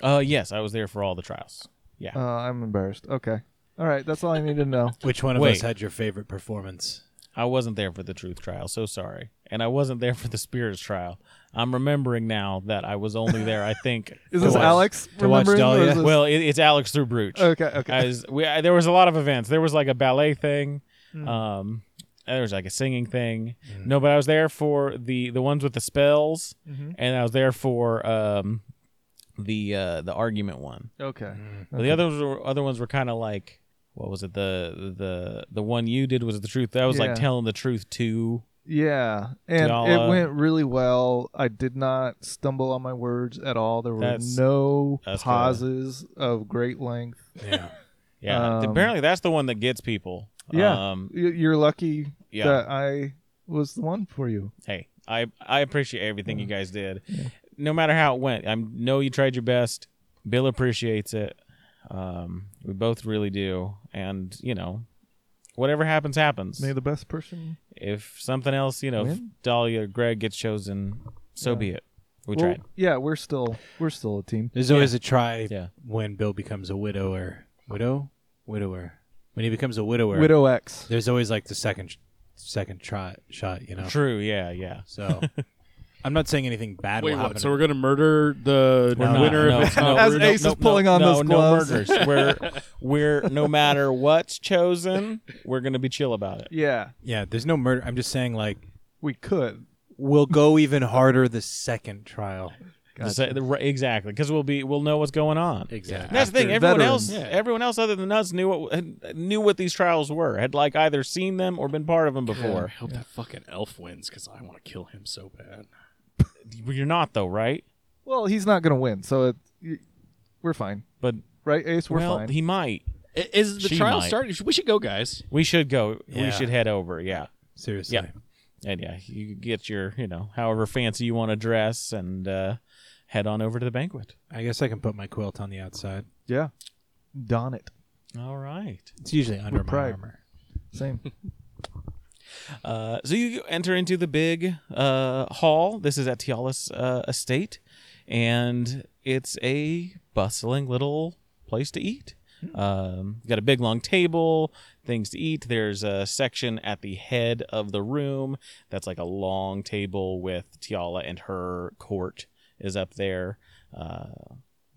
[SPEAKER 1] Uh, yes, I was there for all the trials.
[SPEAKER 4] Uh, I'm embarrassed. Okay. All right, that's all I need to know.
[SPEAKER 2] Which one of
[SPEAKER 1] Wait.
[SPEAKER 2] us had your favorite performance?
[SPEAKER 1] I wasn't there for the truth trial. So sorry. And I wasn't there for the spirits trial. I'm remembering now that I was only there, I think.
[SPEAKER 4] Is this
[SPEAKER 1] for-
[SPEAKER 4] Alex
[SPEAKER 2] to watch
[SPEAKER 4] remembering? or is
[SPEAKER 2] Dahlia?
[SPEAKER 4] this-
[SPEAKER 1] Well, it, it's Alex through Brooch.
[SPEAKER 4] okay, okay.
[SPEAKER 1] As we, I, there was a lot of events. There was like a ballet thing.
[SPEAKER 4] Mm.
[SPEAKER 1] Um, and there was like a singing thing. No, but I was there for the the ones with the spells,
[SPEAKER 4] Mm-hmm.
[SPEAKER 1] and I was there for um, the uh, the argument one.
[SPEAKER 4] okay.
[SPEAKER 1] But The other ones were, other ones were kind of like what was it the the the one you did was the truth that was
[SPEAKER 4] Yeah.
[SPEAKER 1] like telling the truth to
[SPEAKER 4] Yeah, and
[SPEAKER 1] Dahlia.
[SPEAKER 4] it went really well. I did not stumble on my words at all. There were
[SPEAKER 1] That's-
[SPEAKER 4] no
[SPEAKER 1] that's good.
[SPEAKER 4] pauses of great length.
[SPEAKER 2] Yeah.
[SPEAKER 1] yeah
[SPEAKER 4] Um,
[SPEAKER 1] apparently that's the one that gets people
[SPEAKER 4] Yeah.
[SPEAKER 1] um,
[SPEAKER 4] Y- You're lucky
[SPEAKER 1] yeah
[SPEAKER 4] that I was the one for you.
[SPEAKER 1] hey I I appreciate everything
[SPEAKER 4] Mm.
[SPEAKER 1] you guys did no matter how it went I know you tried your best Bill appreciates it um, we both really do and you know whatever happens happens
[SPEAKER 4] May the best person.
[SPEAKER 1] if something else you know if
[SPEAKER 4] Win?
[SPEAKER 1] Dahlia or Greg gets chosen so be it we
[SPEAKER 4] Well,
[SPEAKER 1] tried
[SPEAKER 4] Yeah, we're still we're still a team.
[SPEAKER 2] There's always a try
[SPEAKER 1] Yeah.
[SPEAKER 2] when Bill becomes a widower. Widow? Widower. When he becomes a widower,
[SPEAKER 4] Widow X.
[SPEAKER 2] there's always like the second second try, shot, you know?
[SPEAKER 1] true yeah yeah
[SPEAKER 2] So I'm not saying anything bad
[SPEAKER 5] Wait,
[SPEAKER 2] will happen.
[SPEAKER 5] what? So we're gonna murder the
[SPEAKER 1] We're not.
[SPEAKER 5] winner
[SPEAKER 1] No,
[SPEAKER 5] if it's
[SPEAKER 1] no,
[SPEAKER 5] not
[SPEAKER 4] As
[SPEAKER 5] rude?
[SPEAKER 1] we're-
[SPEAKER 4] Ace is pulling on
[SPEAKER 1] no,
[SPEAKER 4] those
[SPEAKER 1] no
[SPEAKER 4] gloves.
[SPEAKER 1] murders. we're we're no matter what's chosen, we're gonna be chill about it.
[SPEAKER 4] Yeah,
[SPEAKER 2] yeah, there's no murder. I'm just saying, like,
[SPEAKER 4] we could.
[SPEAKER 2] we'll go even harder the second trial.
[SPEAKER 1] Just say- the- right, exactly, because we'll be we'll know what's going on. And
[SPEAKER 2] Exactly.
[SPEAKER 1] that's the thing.
[SPEAKER 4] After
[SPEAKER 1] Everyone
[SPEAKER 4] veterans.
[SPEAKER 1] else, everyone else other than us knew what had- knew what these trials were. Had like either seen them or been part of them
[SPEAKER 5] I
[SPEAKER 1] before.
[SPEAKER 5] hope that fucking elf wins because I want to kill him so bad.
[SPEAKER 1] You're not though, right?
[SPEAKER 4] Well, he's not gonna win, so it, y- we're fine,
[SPEAKER 1] But
[SPEAKER 4] right, Ace? We're
[SPEAKER 1] well,
[SPEAKER 4] fine.
[SPEAKER 1] he might.
[SPEAKER 5] Is the
[SPEAKER 1] She
[SPEAKER 5] trial
[SPEAKER 1] might.
[SPEAKER 5] starting? We should go, guys.
[SPEAKER 1] We should go.
[SPEAKER 2] Yeah.
[SPEAKER 1] We should head over. Yeah.
[SPEAKER 2] Seriously.
[SPEAKER 1] Yeah. And yeah, you get your, you know, however fancy you want to dress and uh, head on over to the banquet.
[SPEAKER 2] I guess I can put my quilt on the outside.
[SPEAKER 4] yeah, don it.
[SPEAKER 1] All right.
[SPEAKER 2] It's usually under
[SPEAKER 4] With
[SPEAKER 2] my
[SPEAKER 4] pride.
[SPEAKER 2] armor.
[SPEAKER 4] Same.
[SPEAKER 1] Uh, so you enter into the big uh, hall. This is at Tialis uh, Estate, and it's a bustling little place to eat. Um, got a big long table, things to eat. There's a section at the head of the room that's like a long table with Tiala and her court is up there. Uh,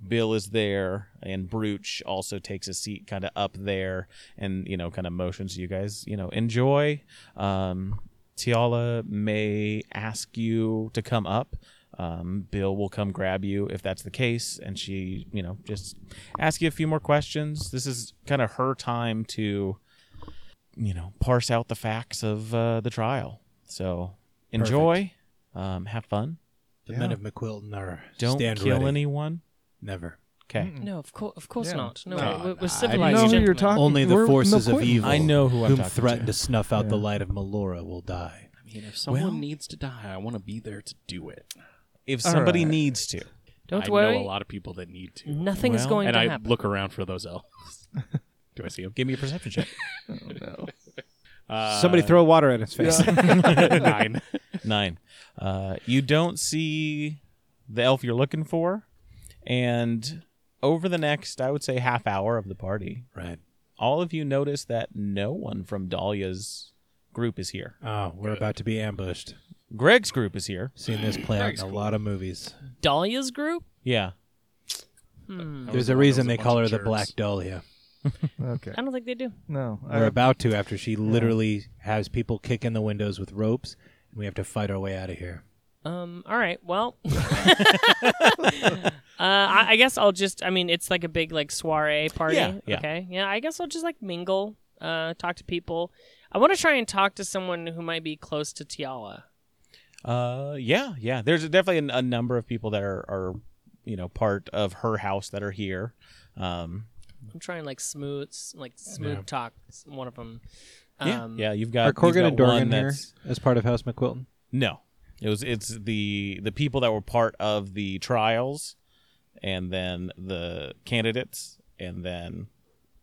[SPEAKER 1] Bill is there, and Brooch also takes a seat kind of up there, and you know, kind of motions you guys, you know, enjoy. Um, Tiala may ask you to come up. Um, Bill will come grab you if that's the case, and she, you know, just ask you a few more questions. This is kind of her time to, you know, parse out the facts of uh, the trial. So enjoy, um, have fun,
[SPEAKER 2] The men of McQuilton are
[SPEAKER 1] don't
[SPEAKER 2] stand
[SPEAKER 1] kill
[SPEAKER 2] ready.
[SPEAKER 1] anyone.
[SPEAKER 2] Never.
[SPEAKER 1] Okay.
[SPEAKER 3] No, of course, of course
[SPEAKER 4] Yeah.
[SPEAKER 3] not. No,
[SPEAKER 2] No,
[SPEAKER 3] we're,
[SPEAKER 2] no,
[SPEAKER 3] we're
[SPEAKER 4] I
[SPEAKER 3] civilized.
[SPEAKER 4] know who you're
[SPEAKER 3] gentlemen.
[SPEAKER 4] talking.
[SPEAKER 2] Only the
[SPEAKER 4] we're-
[SPEAKER 2] forces of
[SPEAKER 4] McQuilton.
[SPEAKER 2] evil.
[SPEAKER 1] I know who I'm
[SPEAKER 2] whom
[SPEAKER 1] talking
[SPEAKER 2] threatened
[SPEAKER 1] to.
[SPEAKER 2] to. snuff out the
[SPEAKER 4] Yeah.
[SPEAKER 2] light of Melora will die.
[SPEAKER 5] I mean, if someone
[SPEAKER 1] Well-
[SPEAKER 5] needs to die, I want to be there to do it.
[SPEAKER 1] If
[SPEAKER 4] All
[SPEAKER 1] somebody
[SPEAKER 4] right.
[SPEAKER 1] needs to.
[SPEAKER 3] Don't
[SPEAKER 5] I know a
[SPEAKER 3] worry.
[SPEAKER 5] lot of people that need to.
[SPEAKER 3] Nothing's
[SPEAKER 1] Well,
[SPEAKER 3] going
[SPEAKER 5] and
[SPEAKER 3] to
[SPEAKER 5] I
[SPEAKER 3] happen.
[SPEAKER 5] look around for those elves. do I see them?
[SPEAKER 1] Give me a perception check.
[SPEAKER 5] Uh,
[SPEAKER 6] Somebody throw water at his face.
[SPEAKER 5] nine.
[SPEAKER 1] Nine. Uh, you don't see the elf you're looking for, and over the next, I would say, half hour of the party,
[SPEAKER 2] Right.
[SPEAKER 1] all of you notice that no one from Dahlia's group is here.
[SPEAKER 2] Oh, we're about to be ambushed.
[SPEAKER 1] Greg's group is here.
[SPEAKER 2] Seen this play out in a lot of movies.
[SPEAKER 3] Dahlia's group?
[SPEAKER 1] Yeah.
[SPEAKER 2] There's a reason they call her the Black Dahlia.
[SPEAKER 4] Okay.
[SPEAKER 3] I don't think they do.
[SPEAKER 4] No, I,
[SPEAKER 2] We're about to after she literally has people kick in the windows with ropes, and we have to fight our way out of here.
[SPEAKER 3] Um. All right. Well, uh, I, I guess I'll just. I mean, it's like a big like soiree party.
[SPEAKER 1] Yeah, yeah.
[SPEAKER 3] Okay. Yeah. I guess I'll just like mingle. uh, talk to people. I want to try and talk to someone who might be close to Tiala.
[SPEAKER 1] Uh, yeah, yeah. There's definitely a, a number of people that are, are, you know, part of her house that are here. Um,
[SPEAKER 3] I'm trying like smooth, like smooth talk s- one of them.
[SPEAKER 1] yeah,
[SPEAKER 3] Um,
[SPEAKER 1] yeah. You've got
[SPEAKER 6] Are Corgan
[SPEAKER 1] you've
[SPEAKER 6] and
[SPEAKER 1] got one
[SPEAKER 6] Dorgan here
[SPEAKER 1] that's-
[SPEAKER 6] as part of House McQuilton?
[SPEAKER 1] No, it was it's the the people that were part of the trials, and then the candidates, and then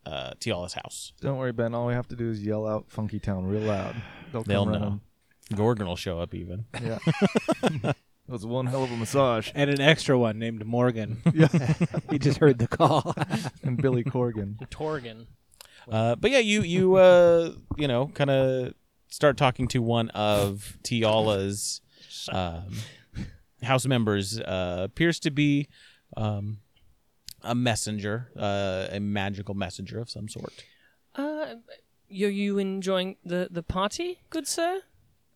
[SPEAKER 1] uh, Tiala's house.
[SPEAKER 4] Don't worry, Ben. All we have to do is yell out "Funky Town" real loud. They'll,
[SPEAKER 1] They'll
[SPEAKER 4] come
[SPEAKER 1] know. Gorgon will show up even.
[SPEAKER 4] running. Yeah. that was one hell of a massage.
[SPEAKER 6] And an extra one named Morgan.
[SPEAKER 4] Yeah.
[SPEAKER 6] he just heard the call.
[SPEAKER 4] and Billy Corgan.
[SPEAKER 3] Torgan.
[SPEAKER 1] Uh, but yeah, you you uh, you know kind of start talking to one of Tiala's um, house members. Uh, appears to be um, a messenger, uh, a magical messenger of some sort.
[SPEAKER 3] Uh, you you enjoying the the party, good sir?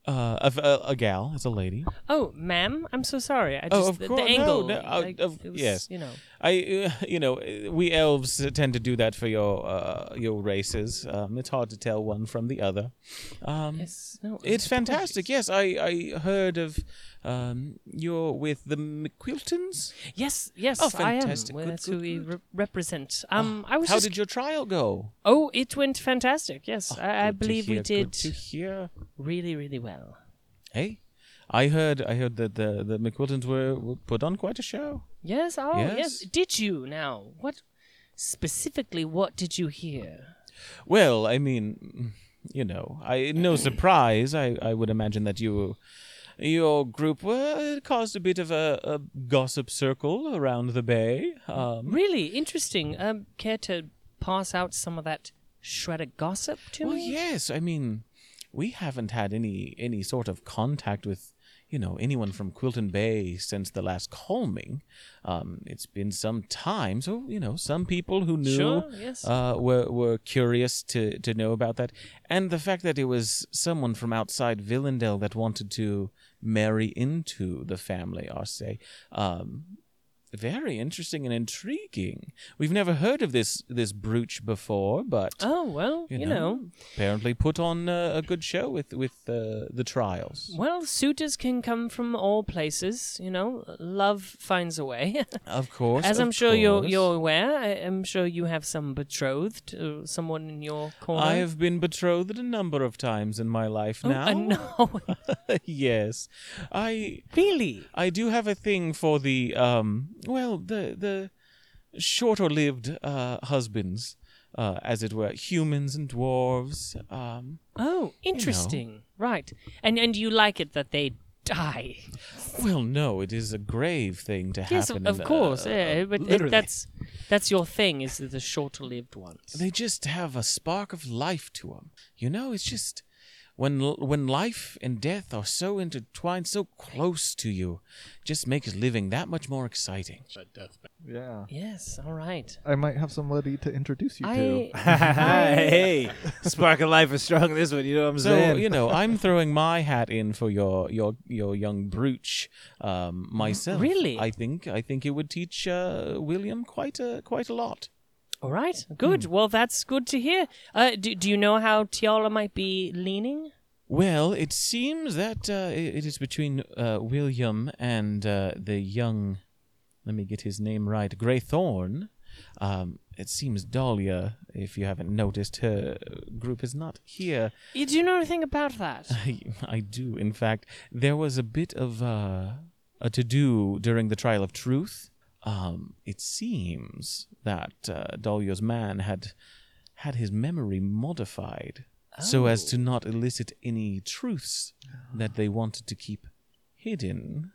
[SPEAKER 1] Uh, of a, a gal, it's a lady.
[SPEAKER 3] Oh, ma'am, I'm so sorry. I just
[SPEAKER 1] Oh, of
[SPEAKER 3] the,
[SPEAKER 1] course.
[SPEAKER 3] the
[SPEAKER 1] No,
[SPEAKER 3] angle.
[SPEAKER 1] no, uh,
[SPEAKER 3] like,
[SPEAKER 1] of-
[SPEAKER 3] it was,
[SPEAKER 1] yes.
[SPEAKER 3] you know.
[SPEAKER 1] I, uh, you know, uh, we elves tend to do that for your uh, your races. Um, it's hard to tell one from the other. Um,
[SPEAKER 3] Yes, no,
[SPEAKER 1] It's
[SPEAKER 3] apologies.
[SPEAKER 1] fantastic. Yes, I, I heard of um, you're with the McQuiltons.
[SPEAKER 3] Yes, yes,
[SPEAKER 1] Oh,
[SPEAKER 3] I am.
[SPEAKER 1] fantastic.
[SPEAKER 3] Well,
[SPEAKER 1] Good,
[SPEAKER 3] that's
[SPEAKER 1] good,
[SPEAKER 3] who we
[SPEAKER 1] good. Oh,
[SPEAKER 3] re- represent. Um, I was
[SPEAKER 1] How
[SPEAKER 3] just.
[SPEAKER 1] did your trial go?
[SPEAKER 3] oh, it went fantastic. Yes, I, I
[SPEAKER 1] Good to
[SPEAKER 3] believe we
[SPEAKER 1] hear,
[SPEAKER 3] did
[SPEAKER 1] Good to hear.
[SPEAKER 3] really, really well.
[SPEAKER 1] Hey, I heard I heard that the the McQuiltons were, were put on quite a show.
[SPEAKER 3] Yes. Oh, yes.
[SPEAKER 1] Yes.
[SPEAKER 3] Did you now? What specifically? What did you hear?
[SPEAKER 1] Well, I mean, you know, I no surprise. I, I would imagine that you, your group, were caused a bit of a, a gossip circle around the bay. Um,
[SPEAKER 3] Really interesting. Um, care to pass out some of that shred of gossip to
[SPEAKER 1] well,
[SPEAKER 3] me?
[SPEAKER 1] yes. I mean, we haven't had any any sort of contact with. You know anyone from Quilton Bay since the last calming? Um, it's been some time, so you know some people who knew
[SPEAKER 3] Sure. Yes.
[SPEAKER 1] uh, were were curious to to know about that, and the fact that it was someone from outside Villendale that wanted to marry into the family, Arce. Um, very interesting and intriguing. We've never heard of this this brooch before, but
[SPEAKER 3] oh well, you,
[SPEAKER 1] you
[SPEAKER 3] know.
[SPEAKER 1] know. apparently put on uh, a good show with with uh, the trials.
[SPEAKER 3] Well, suitors can come from all places, you know. Love finds a way.
[SPEAKER 1] Of course,
[SPEAKER 3] As
[SPEAKER 1] of
[SPEAKER 3] I'm sure you're
[SPEAKER 1] course.
[SPEAKER 3] you're aware, I am sure you have some betrothed, uh, someone in your corner.
[SPEAKER 1] I have been betrothed a number of times in my life
[SPEAKER 3] Oh,
[SPEAKER 1] now.
[SPEAKER 3] I know.
[SPEAKER 1] yes, I
[SPEAKER 3] really?
[SPEAKER 1] I do have a thing for the um well the the shorter lived uh husbands uh as it were humans and dwarves um
[SPEAKER 3] Oh, interesting. Right. And and you like it that they die?
[SPEAKER 1] well no it is a grave thing to
[SPEAKER 3] Yes, of,
[SPEAKER 1] happen
[SPEAKER 3] of
[SPEAKER 1] uh,
[SPEAKER 3] course.
[SPEAKER 1] uh,
[SPEAKER 3] yeah, but it-
[SPEAKER 1] literally.
[SPEAKER 3] that's that's your thing is the shorter-lived ones.
[SPEAKER 1] they just have a spark of life to them you know it's just when l- when life and death are so intertwined so close to you just makes living that much more exciting
[SPEAKER 4] Yeah.
[SPEAKER 3] yes. All right.
[SPEAKER 4] I might have somebody to introduce you to.
[SPEAKER 3] I
[SPEAKER 6] hey, spark of life is strong. This one, you know what I'm
[SPEAKER 1] So you know, I'm throwing my hat in for your your your young brooch um, myself.
[SPEAKER 3] Really?
[SPEAKER 1] I think I think it would teach uh, William quite a quite a lot.
[SPEAKER 3] all right. Good.
[SPEAKER 1] Hmm.
[SPEAKER 3] Well, that's good to hear. Uh, do do you know how Tiala might be leaning?
[SPEAKER 1] Well, it seems that uh, i- it is between uh, William and uh, the young. Let me get his name right. Greythorn. Um, it seems Dahlia, if you haven't noticed, her group is not here.
[SPEAKER 3] You do know anything about that?
[SPEAKER 1] I, I do. In fact, there was a bit of uh, a to do during the trial of truth. Um, it seems that uh, Dahlia's man had had his memory modified so as to not elicit any truths that they wanted to keep hidden.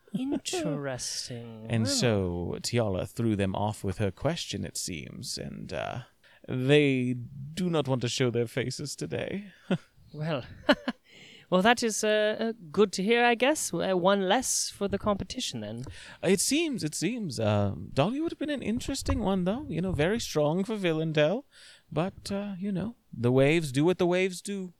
[SPEAKER 3] Interesting.
[SPEAKER 1] And so Tiala threw them off with her question, it seems, and uh, they do not want to show their faces today.
[SPEAKER 3] Well, well, that is uh, uh, good to hear, I guess. Uh, one less for the competition, then.
[SPEAKER 1] It seems, it seems. Um, Dolly would have been an interesting one, though. You know, very strong for Villendale. But, uh, you know, the waves do what the waves do.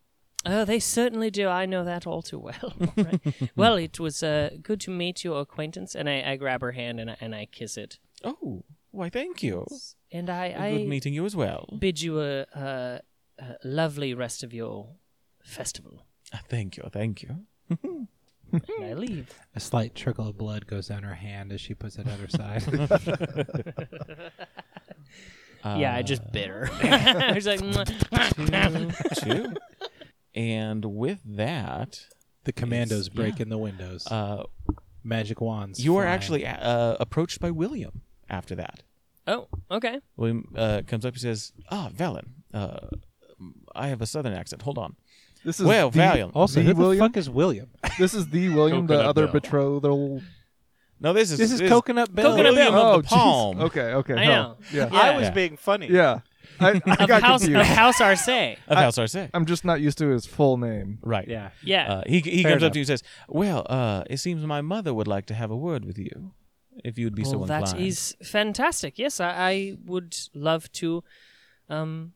[SPEAKER 3] Oh, they certainly do. I know that all too well. Right. well, it was uh, good to meet your acquaintance, and I, I grab her hand and I, and I kiss it.
[SPEAKER 1] Oh, why, thank you.
[SPEAKER 3] And I, I
[SPEAKER 1] Good meeting you as well.
[SPEAKER 3] bid you a, a, uh, lovely rest of your festival.
[SPEAKER 1] Ah, Thank you, thank you.
[SPEAKER 3] And I leave.
[SPEAKER 6] A slight trickle of blood goes down her hand as she puts it at her side.
[SPEAKER 3] yeah, I just bit her. I was like, "Mm, "Mwah."
[SPEAKER 1] Two. and with that,
[SPEAKER 6] the commandos break in the windows.
[SPEAKER 1] uh,
[SPEAKER 6] Magic wands.
[SPEAKER 1] you are
[SPEAKER 6] fly.
[SPEAKER 1] actually uh, approached by William after that.
[SPEAKER 3] oh, okay.
[SPEAKER 1] William uh, comes up and says, Ah, Valen, uh, I have a southern accent. Hold on.
[SPEAKER 4] This is
[SPEAKER 1] Well,
[SPEAKER 4] the,
[SPEAKER 1] Valiant.
[SPEAKER 6] Also, who
[SPEAKER 4] William?
[SPEAKER 6] the fuck is William?
[SPEAKER 4] This is the William, the
[SPEAKER 5] Coconut
[SPEAKER 4] other
[SPEAKER 5] Bell.
[SPEAKER 4] betrothal.
[SPEAKER 1] No, this is
[SPEAKER 6] This is Coconut Bill.
[SPEAKER 3] Coconut Bill.
[SPEAKER 1] William
[SPEAKER 4] oh,
[SPEAKER 1] of the
[SPEAKER 4] jeez.
[SPEAKER 1] Palm.
[SPEAKER 4] Okay, okay.
[SPEAKER 3] I
[SPEAKER 4] no.
[SPEAKER 3] know.
[SPEAKER 4] Yeah,
[SPEAKER 3] Yeah.
[SPEAKER 9] I was
[SPEAKER 1] Yeah.
[SPEAKER 9] being funny.
[SPEAKER 4] yeah. I, I
[SPEAKER 3] Of
[SPEAKER 4] got
[SPEAKER 3] House of
[SPEAKER 4] confused.
[SPEAKER 3] House Arce.
[SPEAKER 1] Of House Arce.
[SPEAKER 4] I'm just not used to his full name.
[SPEAKER 1] Right.
[SPEAKER 6] Yeah.
[SPEAKER 3] Yeah.
[SPEAKER 1] Uh, he he
[SPEAKER 6] Fair
[SPEAKER 1] comes up
[SPEAKER 6] enough.
[SPEAKER 1] to you and says, "Well, uh, it seems my mother would like to have a word with you, if you would be so
[SPEAKER 3] well,
[SPEAKER 1] inclined."
[SPEAKER 3] that is fantastic. Yes, I, I would love to, um,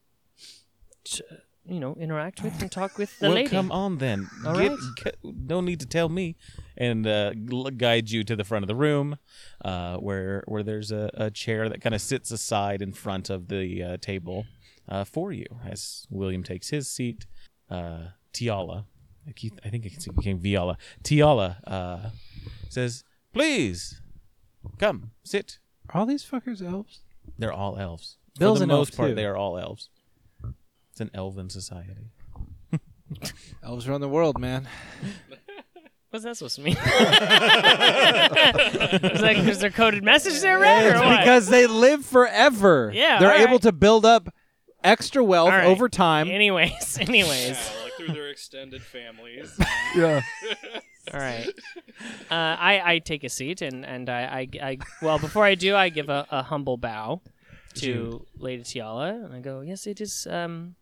[SPEAKER 3] t- you know, interact with and talk with the
[SPEAKER 1] well,
[SPEAKER 3] lady.
[SPEAKER 1] come on then.
[SPEAKER 3] All
[SPEAKER 1] Get,
[SPEAKER 3] right.
[SPEAKER 1] get- no need to tell me, and uh, gl- guide you to the front of the room, uh, where where there's a, a chair that kind of sits aside in front of the uh, table uh, for you as William takes his seat. Uh, Tiala, I keep- I think it's became Viola. Tiala uh, says, "Please, come sit."
[SPEAKER 6] Are all these fuckers elves?
[SPEAKER 1] They're all elves.
[SPEAKER 6] Bill's
[SPEAKER 1] For the
[SPEAKER 6] an
[SPEAKER 1] most
[SPEAKER 6] elf,
[SPEAKER 1] part,
[SPEAKER 6] too.
[SPEAKER 1] they are all elves. It's an elven society.
[SPEAKER 6] Elves run the world, man.
[SPEAKER 3] What's that supposed to mean? it's like, is there coded message there, Red?
[SPEAKER 6] It's
[SPEAKER 3] or what?
[SPEAKER 6] because they live forever.
[SPEAKER 3] Yeah,
[SPEAKER 6] They're
[SPEAKER 3] all
[SPEAKER 6] able
[SPEAKER 3] right.
[SPEAKER 6] to build up extra wealth
[SPEAKER 3] All right.
[SPEAKER 6] over time.
[SPEAKER 3] anyways, anyways.
[SPEAKER 5] like through their extended families.
[SPEAKER 4] Yeah.
[SPEAKER 3] All right. Uh, I, I take a seat and, and I, I, I well before I do I give a, a humble bow to Lady Tiala and I go yes it is um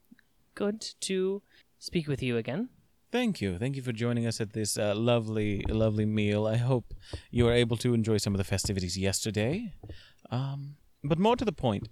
[SPEAKER 3] good to speak with you again.
[SPEAKER 1] Thank you. Thank you for joining us at this uh, lovely, lovely meal. I hope you were able to enjoy some of the festivities yesterday. Um, but more to the point,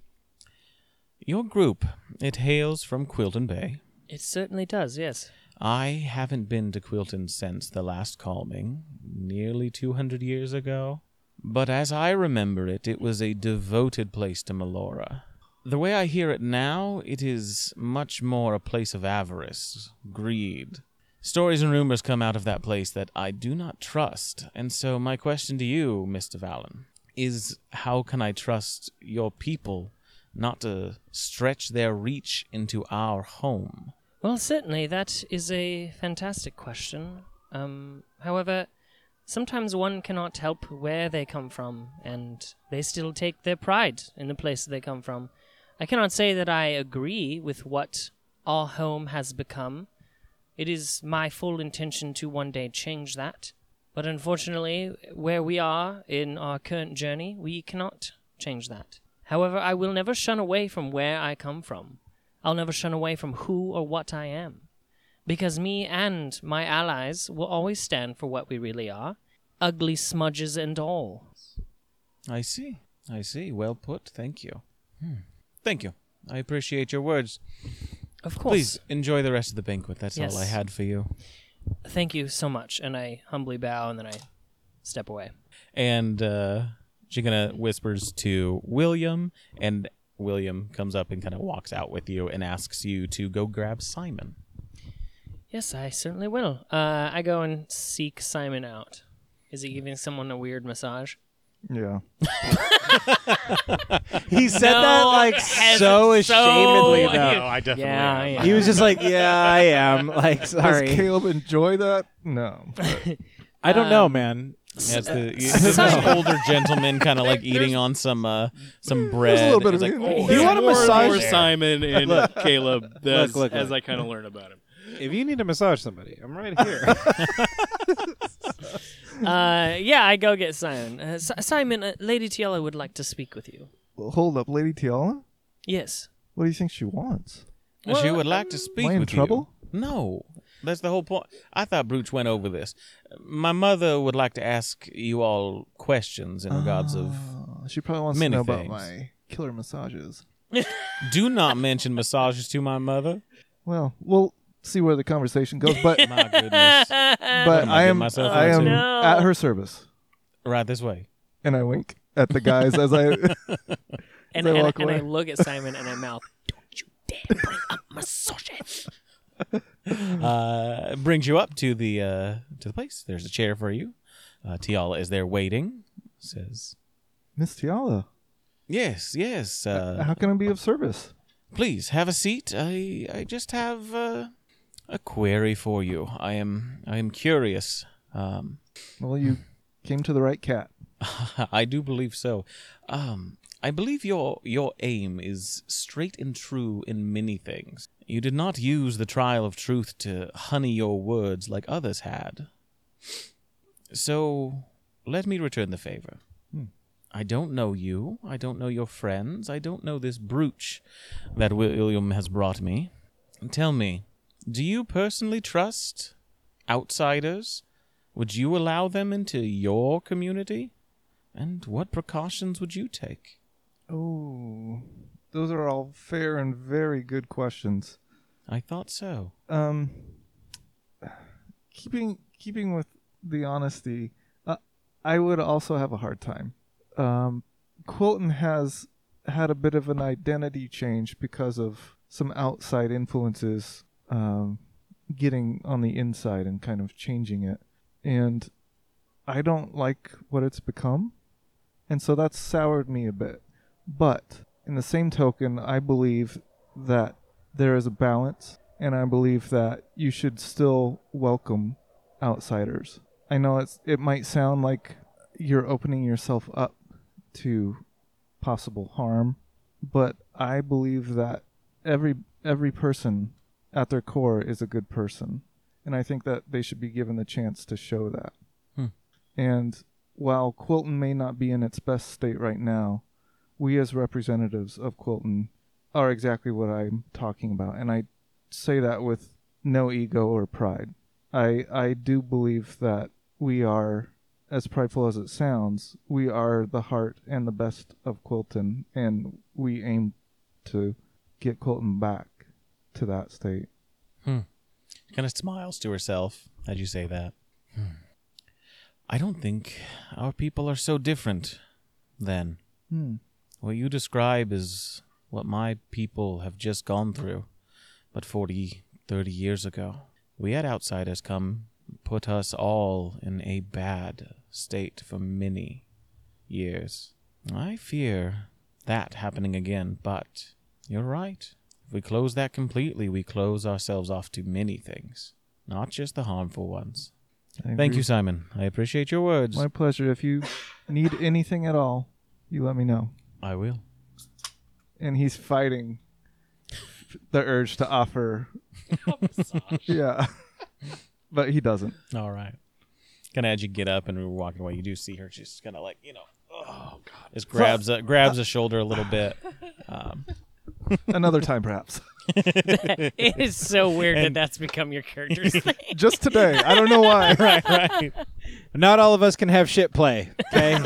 [SPEAKER 1] your group, it hails from Quilton Bay.
[SPEAKER 3] It certainly does yes.
[SPEAKER 1] I haven't been to Quilton since the last calming, nearly 200 years ago. But as I remember it, it was a devoted place to Melora. The way I hear it now, it is much more a place of avarice, greed. Stories and rumors come out of that place that I do not trust, and so my question to you, Mr. Valen, is how can I trust your people not to stretch their reach into our home?
[SPEAKER 3] Well certainly that is a fantastic question. Um, however, sometimes one cannot help where they come from and they still take their pride in the place they come from. I cannot say that I agree with what our home has become. It is my full intention to one day change that. But unfortunately, where we are in our current journey, we cannot change that. However, I will never shun away from where I come from. I'll never shun away from who or what I am. Because me and my allies will always stand for what we really are ugly smudges and all.
[SPEAKER 1] I see. I see. Well put. Thank you. Hmm. Thank you. I appreciate your words.
[SPEAKER 3] Of course.
[SPEAKER 1] Please enjoy the rest of the banquet. That's all I
[SPEAKER 3] Yes.
[SPEAKER 1] had for you.
[SPEAKER 3] Thank you so much. And I humbly bow and then I step away.
[SPEAKER 1] And uh, she kind of whispers to William, and William comes up and kind of walks out with you and asks you to go grab Simon.
[SPEAKER 3] Yes, I certainly will. Uh, I go and seek Simon out. Is he giving someone a weird massage?
[SPEAKER 4] Yeah.
[SPEAKER 6] He said that
[SPEAKER 3] No,
[SPEAKER 6] like
[SPEAKER 3] has-
[SPEAKER 6] so ashamedly,
[SPEAKER 3] so-
[SPEAKER 6] though.
[SPEAKER 3] No,
[SPEAKER 9] I definitely.
[SPEAKER 3] Yeah, I am.
[SPEAKER 6] He was just like, "Yeah, I am." Like,
[SPEAKER 4] Does
[SPEAKER 6] sorry,
[SPEAKER 4] Caleb enjoy that? No.
[SPEAKER 6] I
[SPEAKER 1] Uh,
[SPEAKER 6] don't know, man.
[SPEAKER 1] As
[SPEAKER 4] uh,
[SPEAKER 1] the this older gentleman kind of like eating on some uh, some bread.
[SPEAKER 4] little bit
[SPEAKER 1] It's
[SPEAKER 4] of
[SPEAKER 1] like,
[SPEAKER 4] me in
[SPEAKER 1] "Oh,
[SPEAKER 4] there." You
[SPEAKER 1] yeah."
[SPEAKER 4] want a
[SPEAKER 5] more
[SPEAKER 4] massage?
[SPEAKER 5] And more Simon and Caleb as,
[SPEAKER 6] look, look.
[SPEAKER 5] as I kind of learn about him.
[SPEAKER 6] If you need to massage somebody, I'm right here.
[SPEAKER 3] Uh, yeah, I go get Simon. Uh, Si- Simon, uh, Lady Tiella would like to speak with you.
[SPEAKER 4] Well, hold up, Lady Tiala.
[SPEAKER 3] Yes.
[SPEAKER 4] What do you think she wants?
[SPEAKER 1] she would like to speak
[SPEAKER 4] I in
[SPEAKER 1] with
[SPEAKER 4] trouble?
[SPEAKER 1] you. No, that's the whole point. I thought Brooch went over this. My mother would like to ask you all questions in regards of.
[SPEAKER 4] Uh, she probably wants
[SPEAKER 1] Many
[SPEAKER 4] to know about
[SPEAKER 1] things.
[SPEAKER 4] my killer massages.
[SPEAKER 1] Do not mention massages to my mother.
[SPEAKER 4] Well, we'll see where the conversation goes, but
[SPEAKER 1] My goodness, am
[SPEAKER 4] but
[SPEAKER 1] I
[SPEAKER 4] I
[SPEAKER 1] getting
[SPEAKER 4] am
[SPEAKER 1] myself
[SPEAKER 4] I am
[SPEAKER 1] into?
[SPEAKER 3] No.
[SPEAKER 4] at her service,
[SPEAKER 1] right this way.
[SPEAKER 4] and I wink at the guys as I.
[SPEAKER 3] And,
[SPEAKER 4] They
[SPEAKER 3] and,
[SPEAKER 4] walk
[SPEAKER 3] and I
[SPEAKER 4] away.
[SPEAKER 3] look at Simon and I mouth, "Don't you dare!"
[SPEAKER 1] uh, brings you up to the uh, to the place. There's a chair for you. Uh, Tiala is there waiting. Says,
[SPEAKER 4] Miss Tiala,
[SPEAKER 1] "Yes, yes. Uh,
[SPEAKER 4] how can I be of service?
[SPEAKER 1] please have a seat. I I just have uh, a query for you. I am I am curious. Um,
[SPEAKER 4] Well, you came to the right cat.
[SPEAKER 1] I do believe so. Um, I believe your your aim is straight and true in many things. You did not use the trial of truth to honey your words like others had. So, let me return the favor. Hmm. I don't know you. I don't know your friends. I don't know this brooch that William has brought me. Tell me, do you personally trust outsiders? Would you allow them into your community? And what precautions would you take?
[SPEAKER 4] Oh, those are all fair and very good questions.
[SPEAKER 1] I thought so.
[SPEAKER 4] Um, keeping keeping with the honesty, uh, I would also have a hard time. Um, Quilton has had a bit of an identity change because of some outside influences um, getting on the inside and kind of changing it, and I don't like what it's become, and so that's soured me a bit. But in the same token, I believe that there is a balance, and I believe that you should still welcome outsiders. I know it's it might sound like you're opening yourself up to possible harm, but I believe that every every person at their core is a good person, and I think that they should be given the chance to show that.
[SPEAKER 1] Hmm.
[SPEAKER 4] And while Quilton may not be in its best state right now, we as representatives of Quilton are exactly what I'm talking about, and I say that with no ego or pride. I I do believe that we are, as prideful as it sounds, we are the heart and the best of Quilton, and we aim to get Quilton back to that state.
[SPEAKER 1] She kind of smiles to herself as you say that. Hmm. I don't think our people are so different then.
[SPEAKER 4] Hmm.
[SPEAKER 1] What you describe is what my people have just gone through, but 40, 30 years ago. We had outsiders come put us all in a bad state for many years. I fear that happening again, but you're right. If we close that completely, we close ourselves off to many things, not just the harmful ones.
[SPEAKER 4] I
[SPEAKER 1] Thank
[SPEAKER 4] agree.
[SPEAKER 1] you, Simon. I appreciate your words.
[SPEAKER 4] My pleasure. If you need anything at all, you let me know.
[SPEAKER 1] I will.
[SPEAKER 4] And he's fighting the urge to offer. yeah. But he doesn't.
[SPEAKER 1] All right. Kind of as you get up and we were walking away, you do see her. She's kind of like you know, oh god, just grabs a, grabs a shoulder a little bit.
[SPEAKER 4] Another time, perhaps.
[SPEAKER 3] it is so weird
[SPEAKER 1] And-
[SPEAKER 3] that that's become your character's thing.
[SPEAKER 4] Just today. I don't know why.
[SPEAKER 6] Not all of us can have shit play. Okay.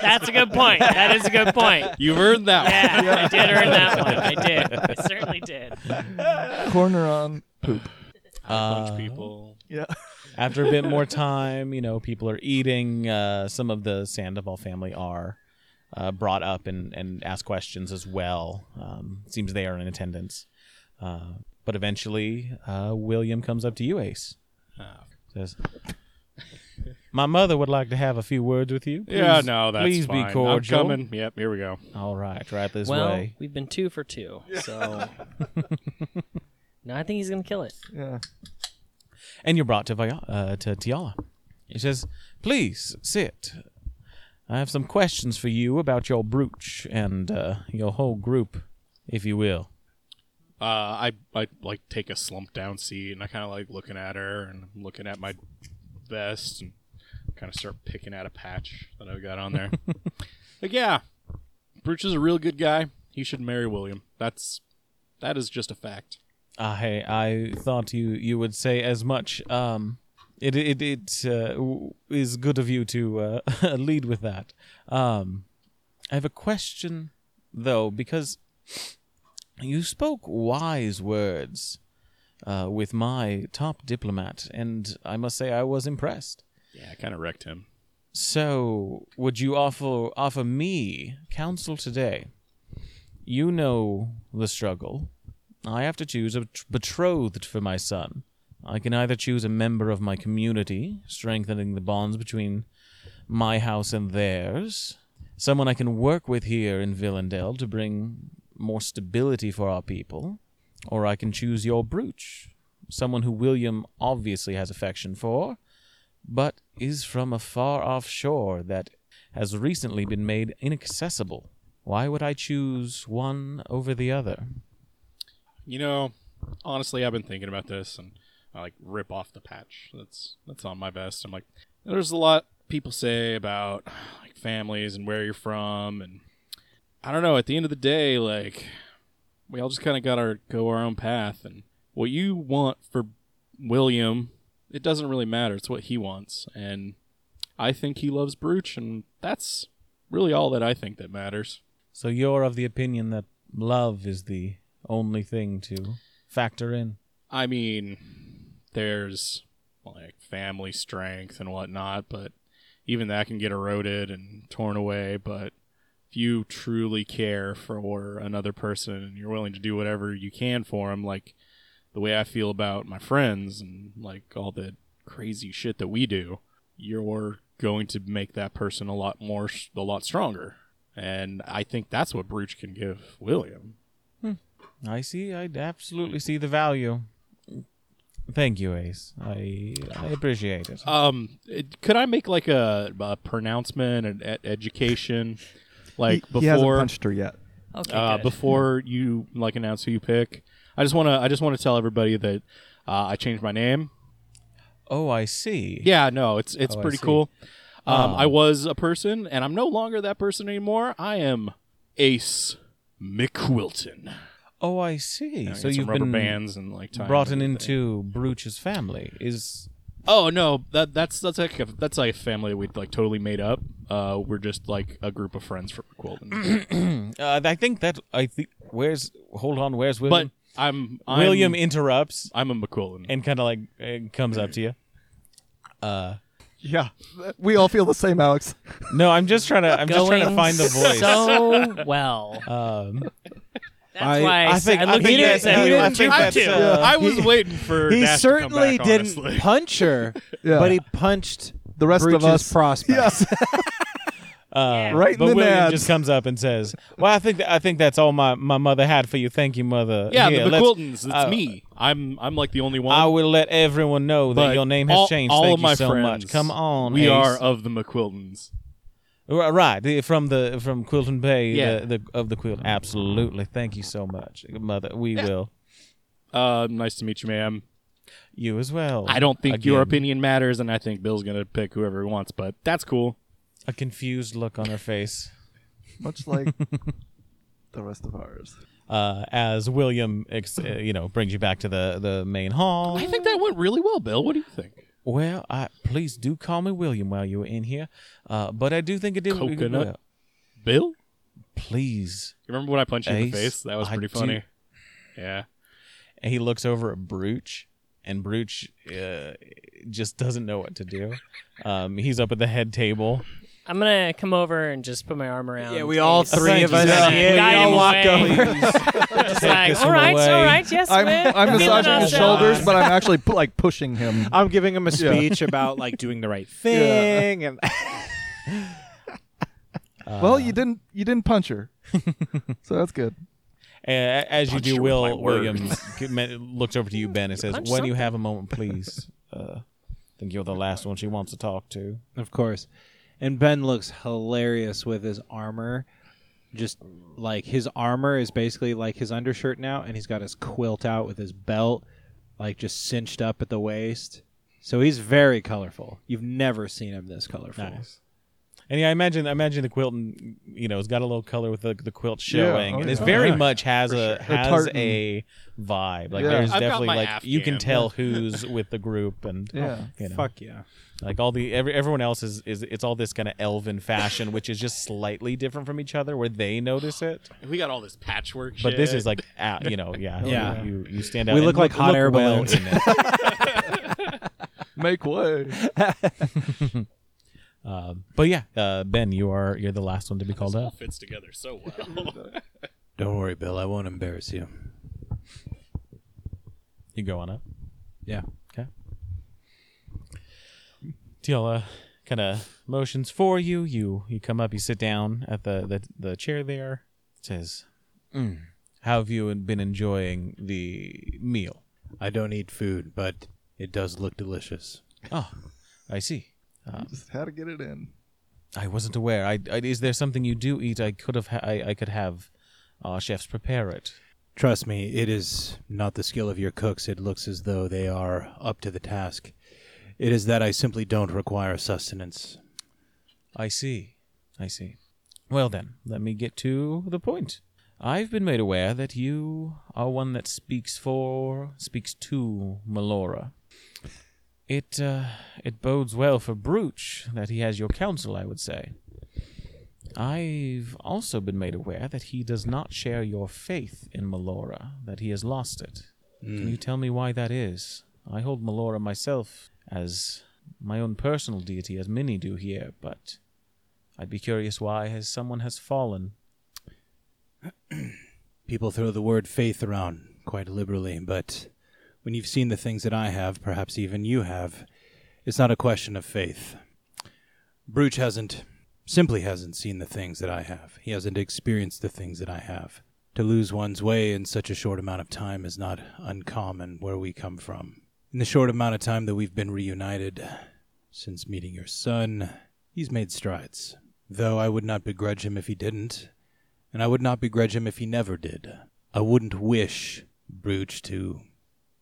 [SPEAKER 3] That's a good point. That is a good point.
[SPEAKER 5] You've earned that. one.
[SPEAKER 3] Yeah, I did earn that one. I did. I certainly did.
[SPEAKER 4] Corner on poop.
[SPEAKER 5] Punch people.
[SPEAKER 4] Yeah.
[SPEAKER 1] After a bit more time, you know, people are eating. Uh, some of the Sandoval family are uh, brought up and, and asked questions as well. Um, seems they are in attendance. Uh, but eventually, uh, William comes up to you, Ace. Says, My mother would like to have a few words with you.
[SPEAKER 5] yeah,
[SPEAKER 1] Please-
[SPEAKER 5] no, that's
[SPEAKER 1] Please
[SPEAKER 5] fine.
[SPEAKER 1] be cordial.
[SPEAKER 5] I'm coming. Yep, here we go.
[SPEAKER 1] All right, right this
[SPEAKER 3] well,
[SPEAKER 1] way.
[SPEAKER 3] we've been two for two, so. no, I think he's gonna kill it.
[SPEAKER 4] Yeah.
[SPEAKER 1] and you're brought to Vi- uh, to Tiala. He says, "Please sit. I have some questions for you about your brooch and uh, your whole group, if you will."
[SPEAKER 5] Uh, I I like take a slump down seat and I kind of like looking at her and I'm looking at my vest and kind of start picking at a patch that I've got on there. like, yeah, Brooch is a real good guy. He should marry William. That's that is just a fact.
[SPEAKER 1] I Uh, I thought you you would say as much. Um, it it it uh, w- is good of you to uh, lead with that. Um, I have a question though because you spoke wise words uh, with my top diplomat, and I must say I was impressed.
[SPEAKER 5] Yeah, I kind of wrecked him.
[SPEAKER 1] So, would you offer offer me counsel today? You know the struggle. I have to choose a tr- betrothed for my son. I can either choose a member of my community, strengthening the bonds between my house and theirs, someone I can work with here in Villendale to bring more stability for our people, or I can choose your brooch, someone who William obviously has affection for, but is from a far off shore that has recently been made inaccessible. Why would I choose one over the other?
[SPEAKER 5] You know, honestly, I've been thinking about this, and I like rip off the patch that's that's on my vest. I'm like, there's a lot people say about like families and where you're from, and I don't know. At the end of the day, like we all just kind of got our go our own path, and what you want for William, it doesn't really matter. It's what he wants, and I think he loves Brooch, and that's really all that I think that matters.
[SPEAKER 1] So you're of the opinion that love is the only thing to factor in.
[SPEAKER 5] I mean, there's like family strength and whatnot, but even that can get eroded and torn away. But if you truly care for another person and you're willing to do whatever you can for them, like the way I feel about my friends and like all the crazy shit that we do, you're going to make that person a lot more, a lot stronger. And I think that's what Brooch can give William.
[SPEAKER 1] I see. I absolutely see the value. Thank you, Ace. I I appreciate it.
[SPEAKER 5] Um, it- could I make like a, a pronouncement and e- education, like
[SPEAKER 4] he,
[SPEAKER 5] before
[SPEAKER 4] he hasn't punched her yet.
[SPEAKER 3] Okay.
[SPEAKER 5] uh,
[SPEAKER 3] good.
[SPEAKER 5] before you like announce who you pick? I just wanna I just wanna tell everybody that uh, I changed my name.
[SPEAKER 1] Oh, I see.
[SPEAKER 5] Yeah, no, it's it's
[SPEAKER 1] Oh, I
[SPEAKER 5] pretty
[SPEAKER 1] see.
[SPEAKER 5] cool. Um, I was a person, and I'm no longer that person anymore. I am Ace McQuilton.
[SPEAKER 1] Oh, I see. so
[SPEAKER 5] I got some
[SPEAKER 1] you've
[SPEAKER 5] rubber
[SPEAKER 1] been
[SPEAKER 5] bands and like tying
[SPEAKER 1] brought in
[SPEAKER 5] everything.
[SPEAKER 1] into Brooch's family. Is
[SPEAKER 5] Oh no, that that's that's like a, that's like a family we like totally made up. Uh, we're just like a group of friends from Quilden.
[SPEAKER 1] uh, I think that I think where's hold on where's
[SPEAKER 5] but
[SPEAKER 1] William?
[SPEAKER 5] I'm, I'm
[SPEAKER 1] William interrupts
[SPEAKER 5] I'm a McQuilden.
[SPEAKER 1] and kind of like uh, comes up to you. Uh,
[SPEAKER 4] Yeah, we all feel the same, Alex.
[SPEAKER 1] no, I'm just trying to I'm just trying to
[SPEAKER 3] Going
[SPEAKER 1] find the voice.
[SPEAKER 3] So well.
[SPEAKER 1] um,
[SPEAKER 3] That's
[SPEAKER 6] I-
[SPEAKER 3] why I,
[SPEAKER 1] I
[SPEAKER 3] s-
[SPEAKER 1] think-
[SPEAKER 3] I
[SPEAKER 1] I
[SPEAKER 3] looked
[SPEAKER 1] think uh,
[SPEAKER 3] at you and
[SPEAKER 1] that's-
[SPEAKER 3] said,
[SPEAKER 1] he
[SPEAKER 3] we
[SPEAKER 1] didn't
[SPEAKER 3] want
[SPEAKER 1] do
[SPEAKER 3] you
[SPEAKER 1] that,
[SPEAKER 3] too.
[SPEAKER 1] so-
[SPEAKER 6] uh,
[SPEAKER 1] Yeah.
[SPEAKER 5] I was waiting for
[SPEAKER 6] He
[SPEAKER 5] Nash
[SPEAKER 6] certainly
[SPEAKER 5] to come back,
[SPEAKER 6] didn't
[SPEAKER 5] honestly.
[SPEAKER 6] punch her,
[SPEAKER 4] Yeah.
[SPEAKER 6] but he punched
[SPEAKER 4] The rest
[SPEAKER 6] Brooch's
[SPEAKER 4] of us,
[SPEAKER 6] prospect.
[SPEAKER 4] yes,
[SPEAKER 1] Uh,
[SPEAKER 4] Right in
[SPEAKER 1] but
[SPEAKER 4] the
[SPEAKER 1] William
[SPEAKER 4] nads.
[SPEAKER 1] just comes up and says, "Well, I think I think that's all my, my mother had for you. Thank you, mother.
[SPEAKER 5] Yeah,
[SPEAKER 1] Here,
[SPEAKER 5] the
[SPEAKER 1] let's-
[SPEAKER 5] McQuiltons. It's
[SPEAKER 1] uh,
[SPEAKER 5] me. I'm I'm like the only one.
[SPEAKER 1] I will let everyone know that
[SPEAKER 5] but
[SPEAKER 1] your name has
[SPEAKER 5] all-
[SPEAKER 1] changed.
[SPEAKER 5] All
[SPEAKER 1] Thank
[SPEAKER 5] of my
[SPEAKER 1] you so
[SPEAKER 5] friends,
[SPEAKER 1] much. Come on,
[SPEAKER 5] we
[SPEAKER 1] Ace.
[SPEAKER 5] are of the McQuiltons.
[SPEAKER 1] R- right the- from the from Quilton Bay.
[SPEAKER 5] Yeah.
[SPEAKER 1] the, the, of the quilt. Absolutely. Thank you so much, mother. We will.
[SPEAKER 5] Uh, nice to meet you, ma'am.
[SPEAKER 1] You as well.
[SPEAKER 5] I don't think your
[SPEAKER 1] Again,
[SPEAKER 5] opinion matters, and I think Bill's gonna pick whoever he wants, but that's cool.
[SPEAKER 1] A confused look on her face
[SPEAKER 4] much like the rest of ours.
[SPEAKER 1] uh, as William, ex- uh, you know, brings you back to the the main hall.
[SPEAKER 5] I think that went really well, Bill. What do you think?
[SPEAKER 1] Well, I please do call me William while you were in here, uh, but I do think it did.
[SPEAKER 5] Coconut?
[SPEAKER 1] well,
[SPEAKER 5] Bill?
[SPEAKER 1] please.
[SPEAKER 5] You remember when I punched you in
[SPEAKER 1] Ace,
[SPEAKER 5] the face? That was
[SPEAKER 1] I
[SPEAKER 5] pretty
[SPEAKER 1] do-
[SPEAKER 5] funny. Yeah.
[SPEAKER 1] And he looks over at Brooch, and Brooch uh, just doesn't know what to do. Um, he's up at the head table.
[SPEAKER 3] I'm gonna come over and just put my arm around.
[SPEAKER 6] Yeah, we all
[SPEAKER 3] Ace.
[SPEAKER 6] three of us.
[SPEAKER 3] Yeah.
[SPEAKER 6] Yeah, we
[SPEAKER 3] Guide
[SPEAKER 6] all
[SPEAKER 3] him
[SPEAKER 6] walk
[SPEAKER 3] away.
[SPEAKER 6] over.
[SPEAKER 3] Just
[SPEAKER 1] Take
[SPEAKER 3] like,
[SPEAKER 1] this
[SPEAKER 3] all
[SPEAKER 1] one
[SPEAKER 3] right,
[SPEAKER 1] away."
[SPEAKER 3] all right, yes,
[SPEAKER 4] I'm,
[SPEAKER 3] we're
[SPEAKER 4] I'm
[SPEAKER 3] feeling
[SPEAKER 4] massaging his
[SPEAKER 3] ourselves.
[SPEAKER 4] shoulders, but I'm actually pu- like pushing him.
[SPEAKER 5] Uh,
[SPEAKER 6] I'm giving him a
[SPEAKER 4] Yeah.
[SPEAKER 6] speech about like doing the right thing, and
[SPEAKER 4] well, you didn't you didn't punch her, so that's good.
[SPEAKER 1] A- As you
[SPEAKER 8] Punch
[SPEAKER 1] do,
[SPEAKER 8] you with
[SPEAKER 1] Will
[SPEAKER 8] my words.
[SPEAKER 1] Williams c- me- looks over to you, Ben, and says,
[SPEAKER 3] Punch
[SPEAKER 1] "When you have a moment, please." Uh, I think you're the last one she wants to talk to.
[SPEAKER 6] of course, and Ben looks hilarious with his armor. Just like his armor is basically like his undershirt now, and he's got his quilt out with his belt, like just cinched up at the waist. So he's very colorful. You've never seen him this colorful.
[SPEAKER 1] And yeah, I imagine, I imagine the quilt, and, you know, it's got a little color with the, the quilt showing,
[SPEAKER 4] oh
[SPEAKER 1] and it's
[SPEAKER 4] yeah.
[SPEAKER 1] very
[SPEAKER 4] Yeah.
[SPEAKER 1] much has a
[SPEAKER 4] sure. The
[SPEAKER 1] has
[SPEAKER 4] tartan.
[SPEAKER 1] a vibe. Like
[SPEAKER 4] Yeah.
[SPEAKER 1] there's
[SPEAKER 5] I've got
[SPEAKER 1] definitely
[SPEAKER 5] my
[SPEAKER 1] like you can
[SPEAKER 5] Afghan.
[SPEAKER 1] tell who's with the group, and
[SPEAKER 4] Yeah.
[SPEAKER 1] you know,
[SPEAKER 6] Fuck yeah.
[SPEAKER 1] like all the every, everyone else is is it's all this kind of elven fashion, which is just slightly different from each other, where they notice it,
[SPEAKER 5] We got all this patchwork
[SPEAKER 1] but this is like ah, you know, yeah,
[SPEAKER 6] Yeah.
[SPEAKER 1] you you stand out.
[SPEAKER 6] We
[SPEAKER 1] and
[SPEAKER 6] look like hot air
[SPEAKER 1] well
[SPEAKER 6] balloons.
[SPEAKER 1] in it.
[SPEAKER 4] Make way.
[SPEAKER 1] Um, but yeah, uh, Ben, you are you're the last one to be called up.
[SPEAKER 5] fits together so well.
[SPEAKER 6] Don't worry, Bill. I won't embarrass you.
[SPEAKER 1] You go on up.
[SPEAKER 6] Yeah.
[SPEAKER 1] Okay. Teal kind of motions for you. You you come up. You sit down at the the, the chair there. Says, "Mm, "How have you been enjoying the meal?"
[SPEAKER 2] I don't eat food, but it does look delicious.
[SPEAKER 1] Oh, I see.
[SPEAKER 4] Just had to get it in.
[SPEAKER 1] I wasn't aware. I, I is there something you do eat? I could have. Ha- I I could have our chefs prepare it.
[SPEAKER 2] Trust me, it is not the skill of your cooks. It looks as though they are up to the task. It is that I simply don't require sustenance.
[SPEAKER 1] I see. I see. Well, then, let me get to the point. I've been made aware that you are one that speaks for, speaks to Melora. It, uh, it bodes well for Brooch that he has your counsel, I would say. I've also been made aware that he does not share your faith in Melora, that he has lost it. Can you tell me why that is? I hold Melora myself as my own personal deity, as many do here, but I'd be curious why has someone has fallen.
[SPEAKER 2] People throw the word faith around quite liberally, but when you've seen the things that I have, perhaps even you have, it's not a question of faith. Brooch hasn't, simply hasn't seen the things that I have. He hasn't experienced the things that I have. To lose one's way in such a short amount of time is not uncommon where we come from. In the short amount of time that we've been reunited since meeting your son, he's made strides. Though I would not begrudge him if he didn't, and I would not begrudge him if he never did. I wouldn't wish Brooch to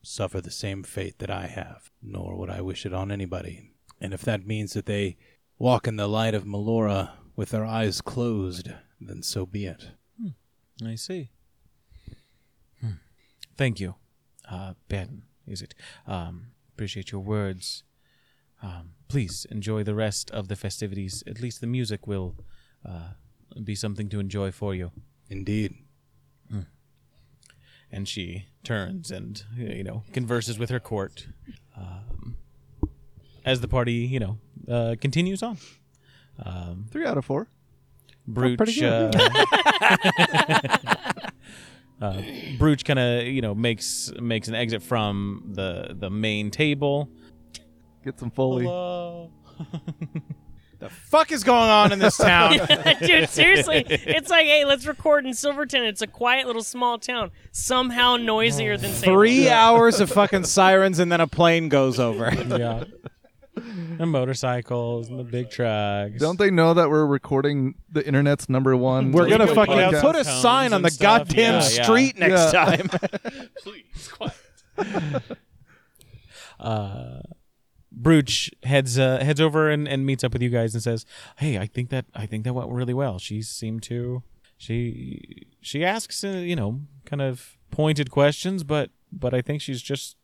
[SPEAKER 2] suffer the same fate that I have, nor would I wish it on anybody. And if that means that they walk in the light of Melora with their eyes closed, then so be it.
[SPEAKER 1] I see. Hmm. Thank you, uh, Ben. Is it? Um, appreciate your words. Um, please enjoy the rest of the festivities. At least the music will uh, be something to enjoy for you.
[SPEAKER 2] Indeed.
[SPEAKER 1] and she turns and you know converses with her court um, as the party you know uh, continues on
[SPEAKER 4] Three out of four.
[SPEAKER 1] brooch uh, uh, brooch kind of you know makes makes an exit from the the main table
[SPEAKER 4] Get some Foley.
[SPEAKER 6] Fuck is going on in this town?
[SPEAKER 3] Dude, seriously, it's like, hey, let's record in Silverton. It's a quiet little small town, somehow noisier than Salem.
[SPEAKER 6] Three hours of fucking sirens and then a plane goes over.
[SPEAKER 1] yeah and motorcycles and the big trucks
[SPEAKER 4] Don't they know that we're recording the internet's number one?
[SPEAKER 6] We're gonna
[SPEAKER 4] podcast?
[SPEAKER 6] fucking
[SPEAKER 1] podcast.
[SPEAKER 6] put a sign on the
[SPEAKER 1] and stuff.
[SPEAKER 6] goddamn
[SPEAKER 1] Yeah, yeah.
[SPEAKER 6] street next
[SPEAKER 4] Yeah.
[SPEAKER 6] time.
[SPEAKER 5] Please, quiet.
[SPEAKER 1] Brooch heads uh, heads over and, and meets up with you guys and says, "Hey, I think that I think that went really well. She seemed to she she asks uh, you know kind of pointed questions, but but I think she's just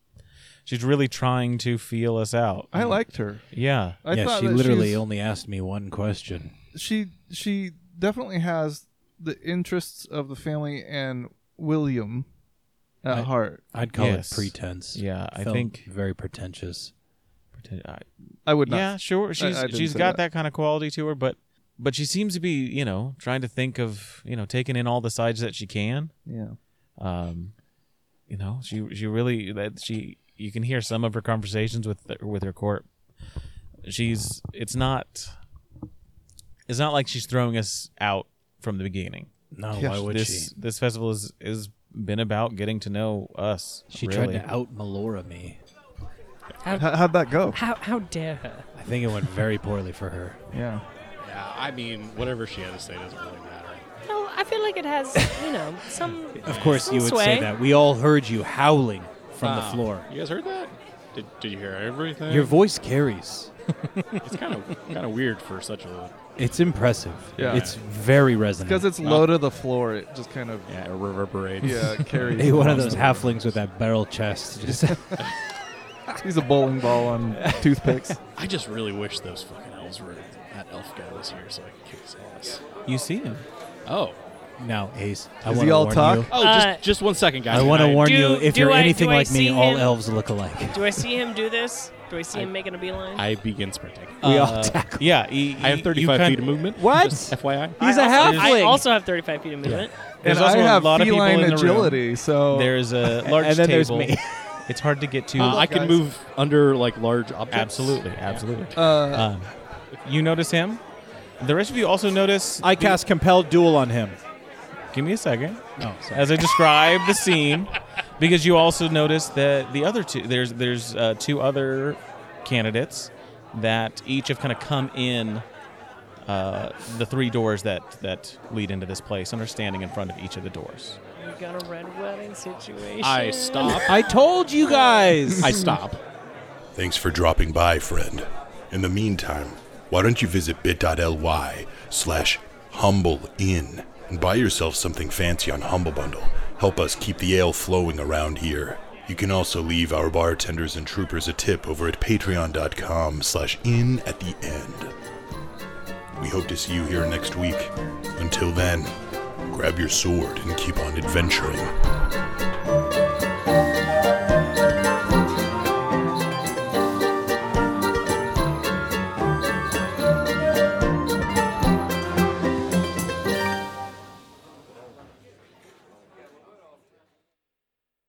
[SPEAKER 1] she's really trying to feel us out.
[SPEAKER 4] I liked her.
[SPEAKER 1] yeah,
[SPEAKER 4] I
[SPEAKER 2] yeah,
[SPEAKER 4] thought
[SPEAKER 2] she
[SPEAKER 4] that
[SPEAKER 2] literally
[SPEAKER 4] she's-
[SPEAKER 2] only asked me one question.
[SPEAKER 4] she she definitely has the interests of the family and William at heart.
[SPEAKER 2] I'd call
[SPEAKER 1] Yes.
[SPEAKER 2] it pretense.
[SPEAKER 1] Yeah, I
[SPEAKER 2] Felt
[SPEAKER 1] think-
[SPEAKER 2] very pretentious.
[SPEAKER 1] I-
[SPEAKER 4] I would not.
[SPEAKER 1] yeah, sure. She's
[SPEAKER 4] I didn't
[SPEAKER 1] she's
[SPEAKER 4] say
[SPEAKER 1] got that.
[SPEAKER 4] that.
[SPEAKER 1] kind of quality to her, but but she seems to be you know trying to think of you know taking in all the sides that she can.
[SPEAKER 4] Yeah.
[SPEAKER 1] um, you know, she she really that she you can hear some of her conversations with the, with her court. She's it's not it's not like she's throwing us out from the beginning.
[SPEAKER 2] No,
[SPEAKER 4] Yeah,
[SPEAKER 2] why would
[SPEAKER 1] this
[SPEAKER 2] she?
[SPEAKER 1] this festival is is been about getting to know us.
[SPEAKER 2] She
[SPEAKER 1] really.
[SPEAKER 2] tried to out Melora me.
[SPEAKER 4] How, how'd that go?
[SPEAKER 3] How, how dare her?
[SPEAKER 2] I think it went very poorly for her.
[SPEAKER 4] Yeah.
[SPEAKER 5] Yeah, I mean, whatever she had to say doesn't really matter.
[SPEAKER 3] No, I feel like it has, you know, some.
[SPEAKER 2] Of course,
[SPEAKER 3] some
[SPEAKER 2] you would
[SPEAKER 3] sway.
[SPEAKER 2] say that. We all heard you howling from the
[SPEAKER 5] Wow.
[SPEAKER 2] floor.
[SPEAKER 5] You guys heard that? Did, did you hear everything?
[SPEAKER 2] Your voice carries.
[SPEAKER 5] it's kind of kind of weird for such a
[SPEAKER 2] It's impressive.
[SPEAKER 4] Yeah.
[SPEAKER 2] It's very resonant.
[SPEAKER 4] Because it's low to the floor, it just kind of
[SPEAKER 5] yeah, it reverberates.
[SPEAKER 4] yeah carries.
[SPEAKER 2] Hey, one of
[SPEAKER 4] across
[SPEAKER 2] those halflings with that barrel chest. Just
[SPEAKER 4] the- He's a bowling ball on toothpicks.
[SPEAKER 5] I just really wish those fucking elves were that elf guy was here so I could kick his ass.
[SPEAKER 1] You see him?
[SPEAKER 5] Oh,
[SPEAKER 2] now, Ace. I
[SPEAKER 4] Is
[SPEAKER 2] want
[SPEAKER 4] he
[SPEAKER 2] to
[SPEAKER 4] all
[SPEAKER 2] warn
[SPEAKER 4] talk?
[SPEAKER 2] you.
[SPEAKER 5] oh,
[SPEAKER 3] Uh,
[SPEAKER 5] just just one second, guys.
[SPEAKER 2] I want to warn
[SPEAKER 3] Do-
[SPEAKER 2] you. If
[SPEAKER 3] do
[SPEAKER 2] you're
[SPEAKER 3] I-
[SPEAKER 2] anything
[SPEAKER 3] do I
[SPEAKER 2] like me,
[SPEAKER 3] see
[SPEAKER 2] all
[SPEAKER 3] him?
[SPEAKER 2] elves look alike.
[SPEAKER 3] Do I see him do this? Do I see him making a beeline?
[SPEAKER 5] I begin sprinting.
[SPEAKER 6] We all
[SPEAKER 1] Uh,
[SPEAKER 6] tackle.
[SPEAKER 1] Yeah, he,
[SPEAKER 5] I have
[SPEAKER 1] he-
[SPEAKER 5] 35
[SPEAKER 1] you
[SPEAKER 5] feet of
[SPEAKER 1] kind-
[SPEAKER 5] movement.
[SPEAKER 6] What?
[SPEAKER 5] Just FYI.
[SPEAKER 6] He's a
[SPEAKER 3] also- I
[SPEAKER 6] halfling.
[SPEAKER 3] also have 35 feet of movement.
[SPEAKER 1] There's
[SPEAKER 4] and
[SPEAKER 1] also
[SPEAKER 4] I
[SPEAKER 1] a
[SPEAKER 4] have
[SPEAKER 1] lot of people
[SPEAKER 4] feline
[SPEAKER 1] in the room.
[SPEAKER 4] agility, so
[SPEAKER 1] There's a large
[SPEAKER 6] and then
[SPEAKER 1] table.
[SPEAKER 6] there's me.
[SPEAKER 1] It's hard to get to.
[SPEAKER 5] Uh, I
[SPEAKER 4] guys.
[SPEAKER 5] can move under like large objects.
[SPEAKER 1] absolutely, absolutely.
[SPEAKER 4] Uh,
[SPEAKER 1] Um, you notice him. The rest of you also notice.
[SPEAKER 6] I cast compelled duel on him.
[SPEAKER 1] Give me a second.
[SPEAKER 6] Oh, sorry.
[SPEAKER 1] as I describe the scene, because you also notice that the other two there's there's uh, two other candidates that each have kind of come in uh, the three doors that that lead into this place and are standing in front of each of the doors.
[SPEAKER 3] We got a red wedding situation.
[SPEAKER 5] I stop.
[SPEAKER 6] I told you guys.
[SPEAKER 5] I stop.
[SPEAKER 8] Thanks for dropping by, friend. In the meantime, why don't you visit bit.ly slash humble inn and buy yourself something fancy on Humble Bundle. Help us keep the ale flowing around here. You can also leave our bartenders and troopers a tip over at patreon.com slash in at the end. We hope to see you here next week. Until then, grab your sword and keep on adventuring.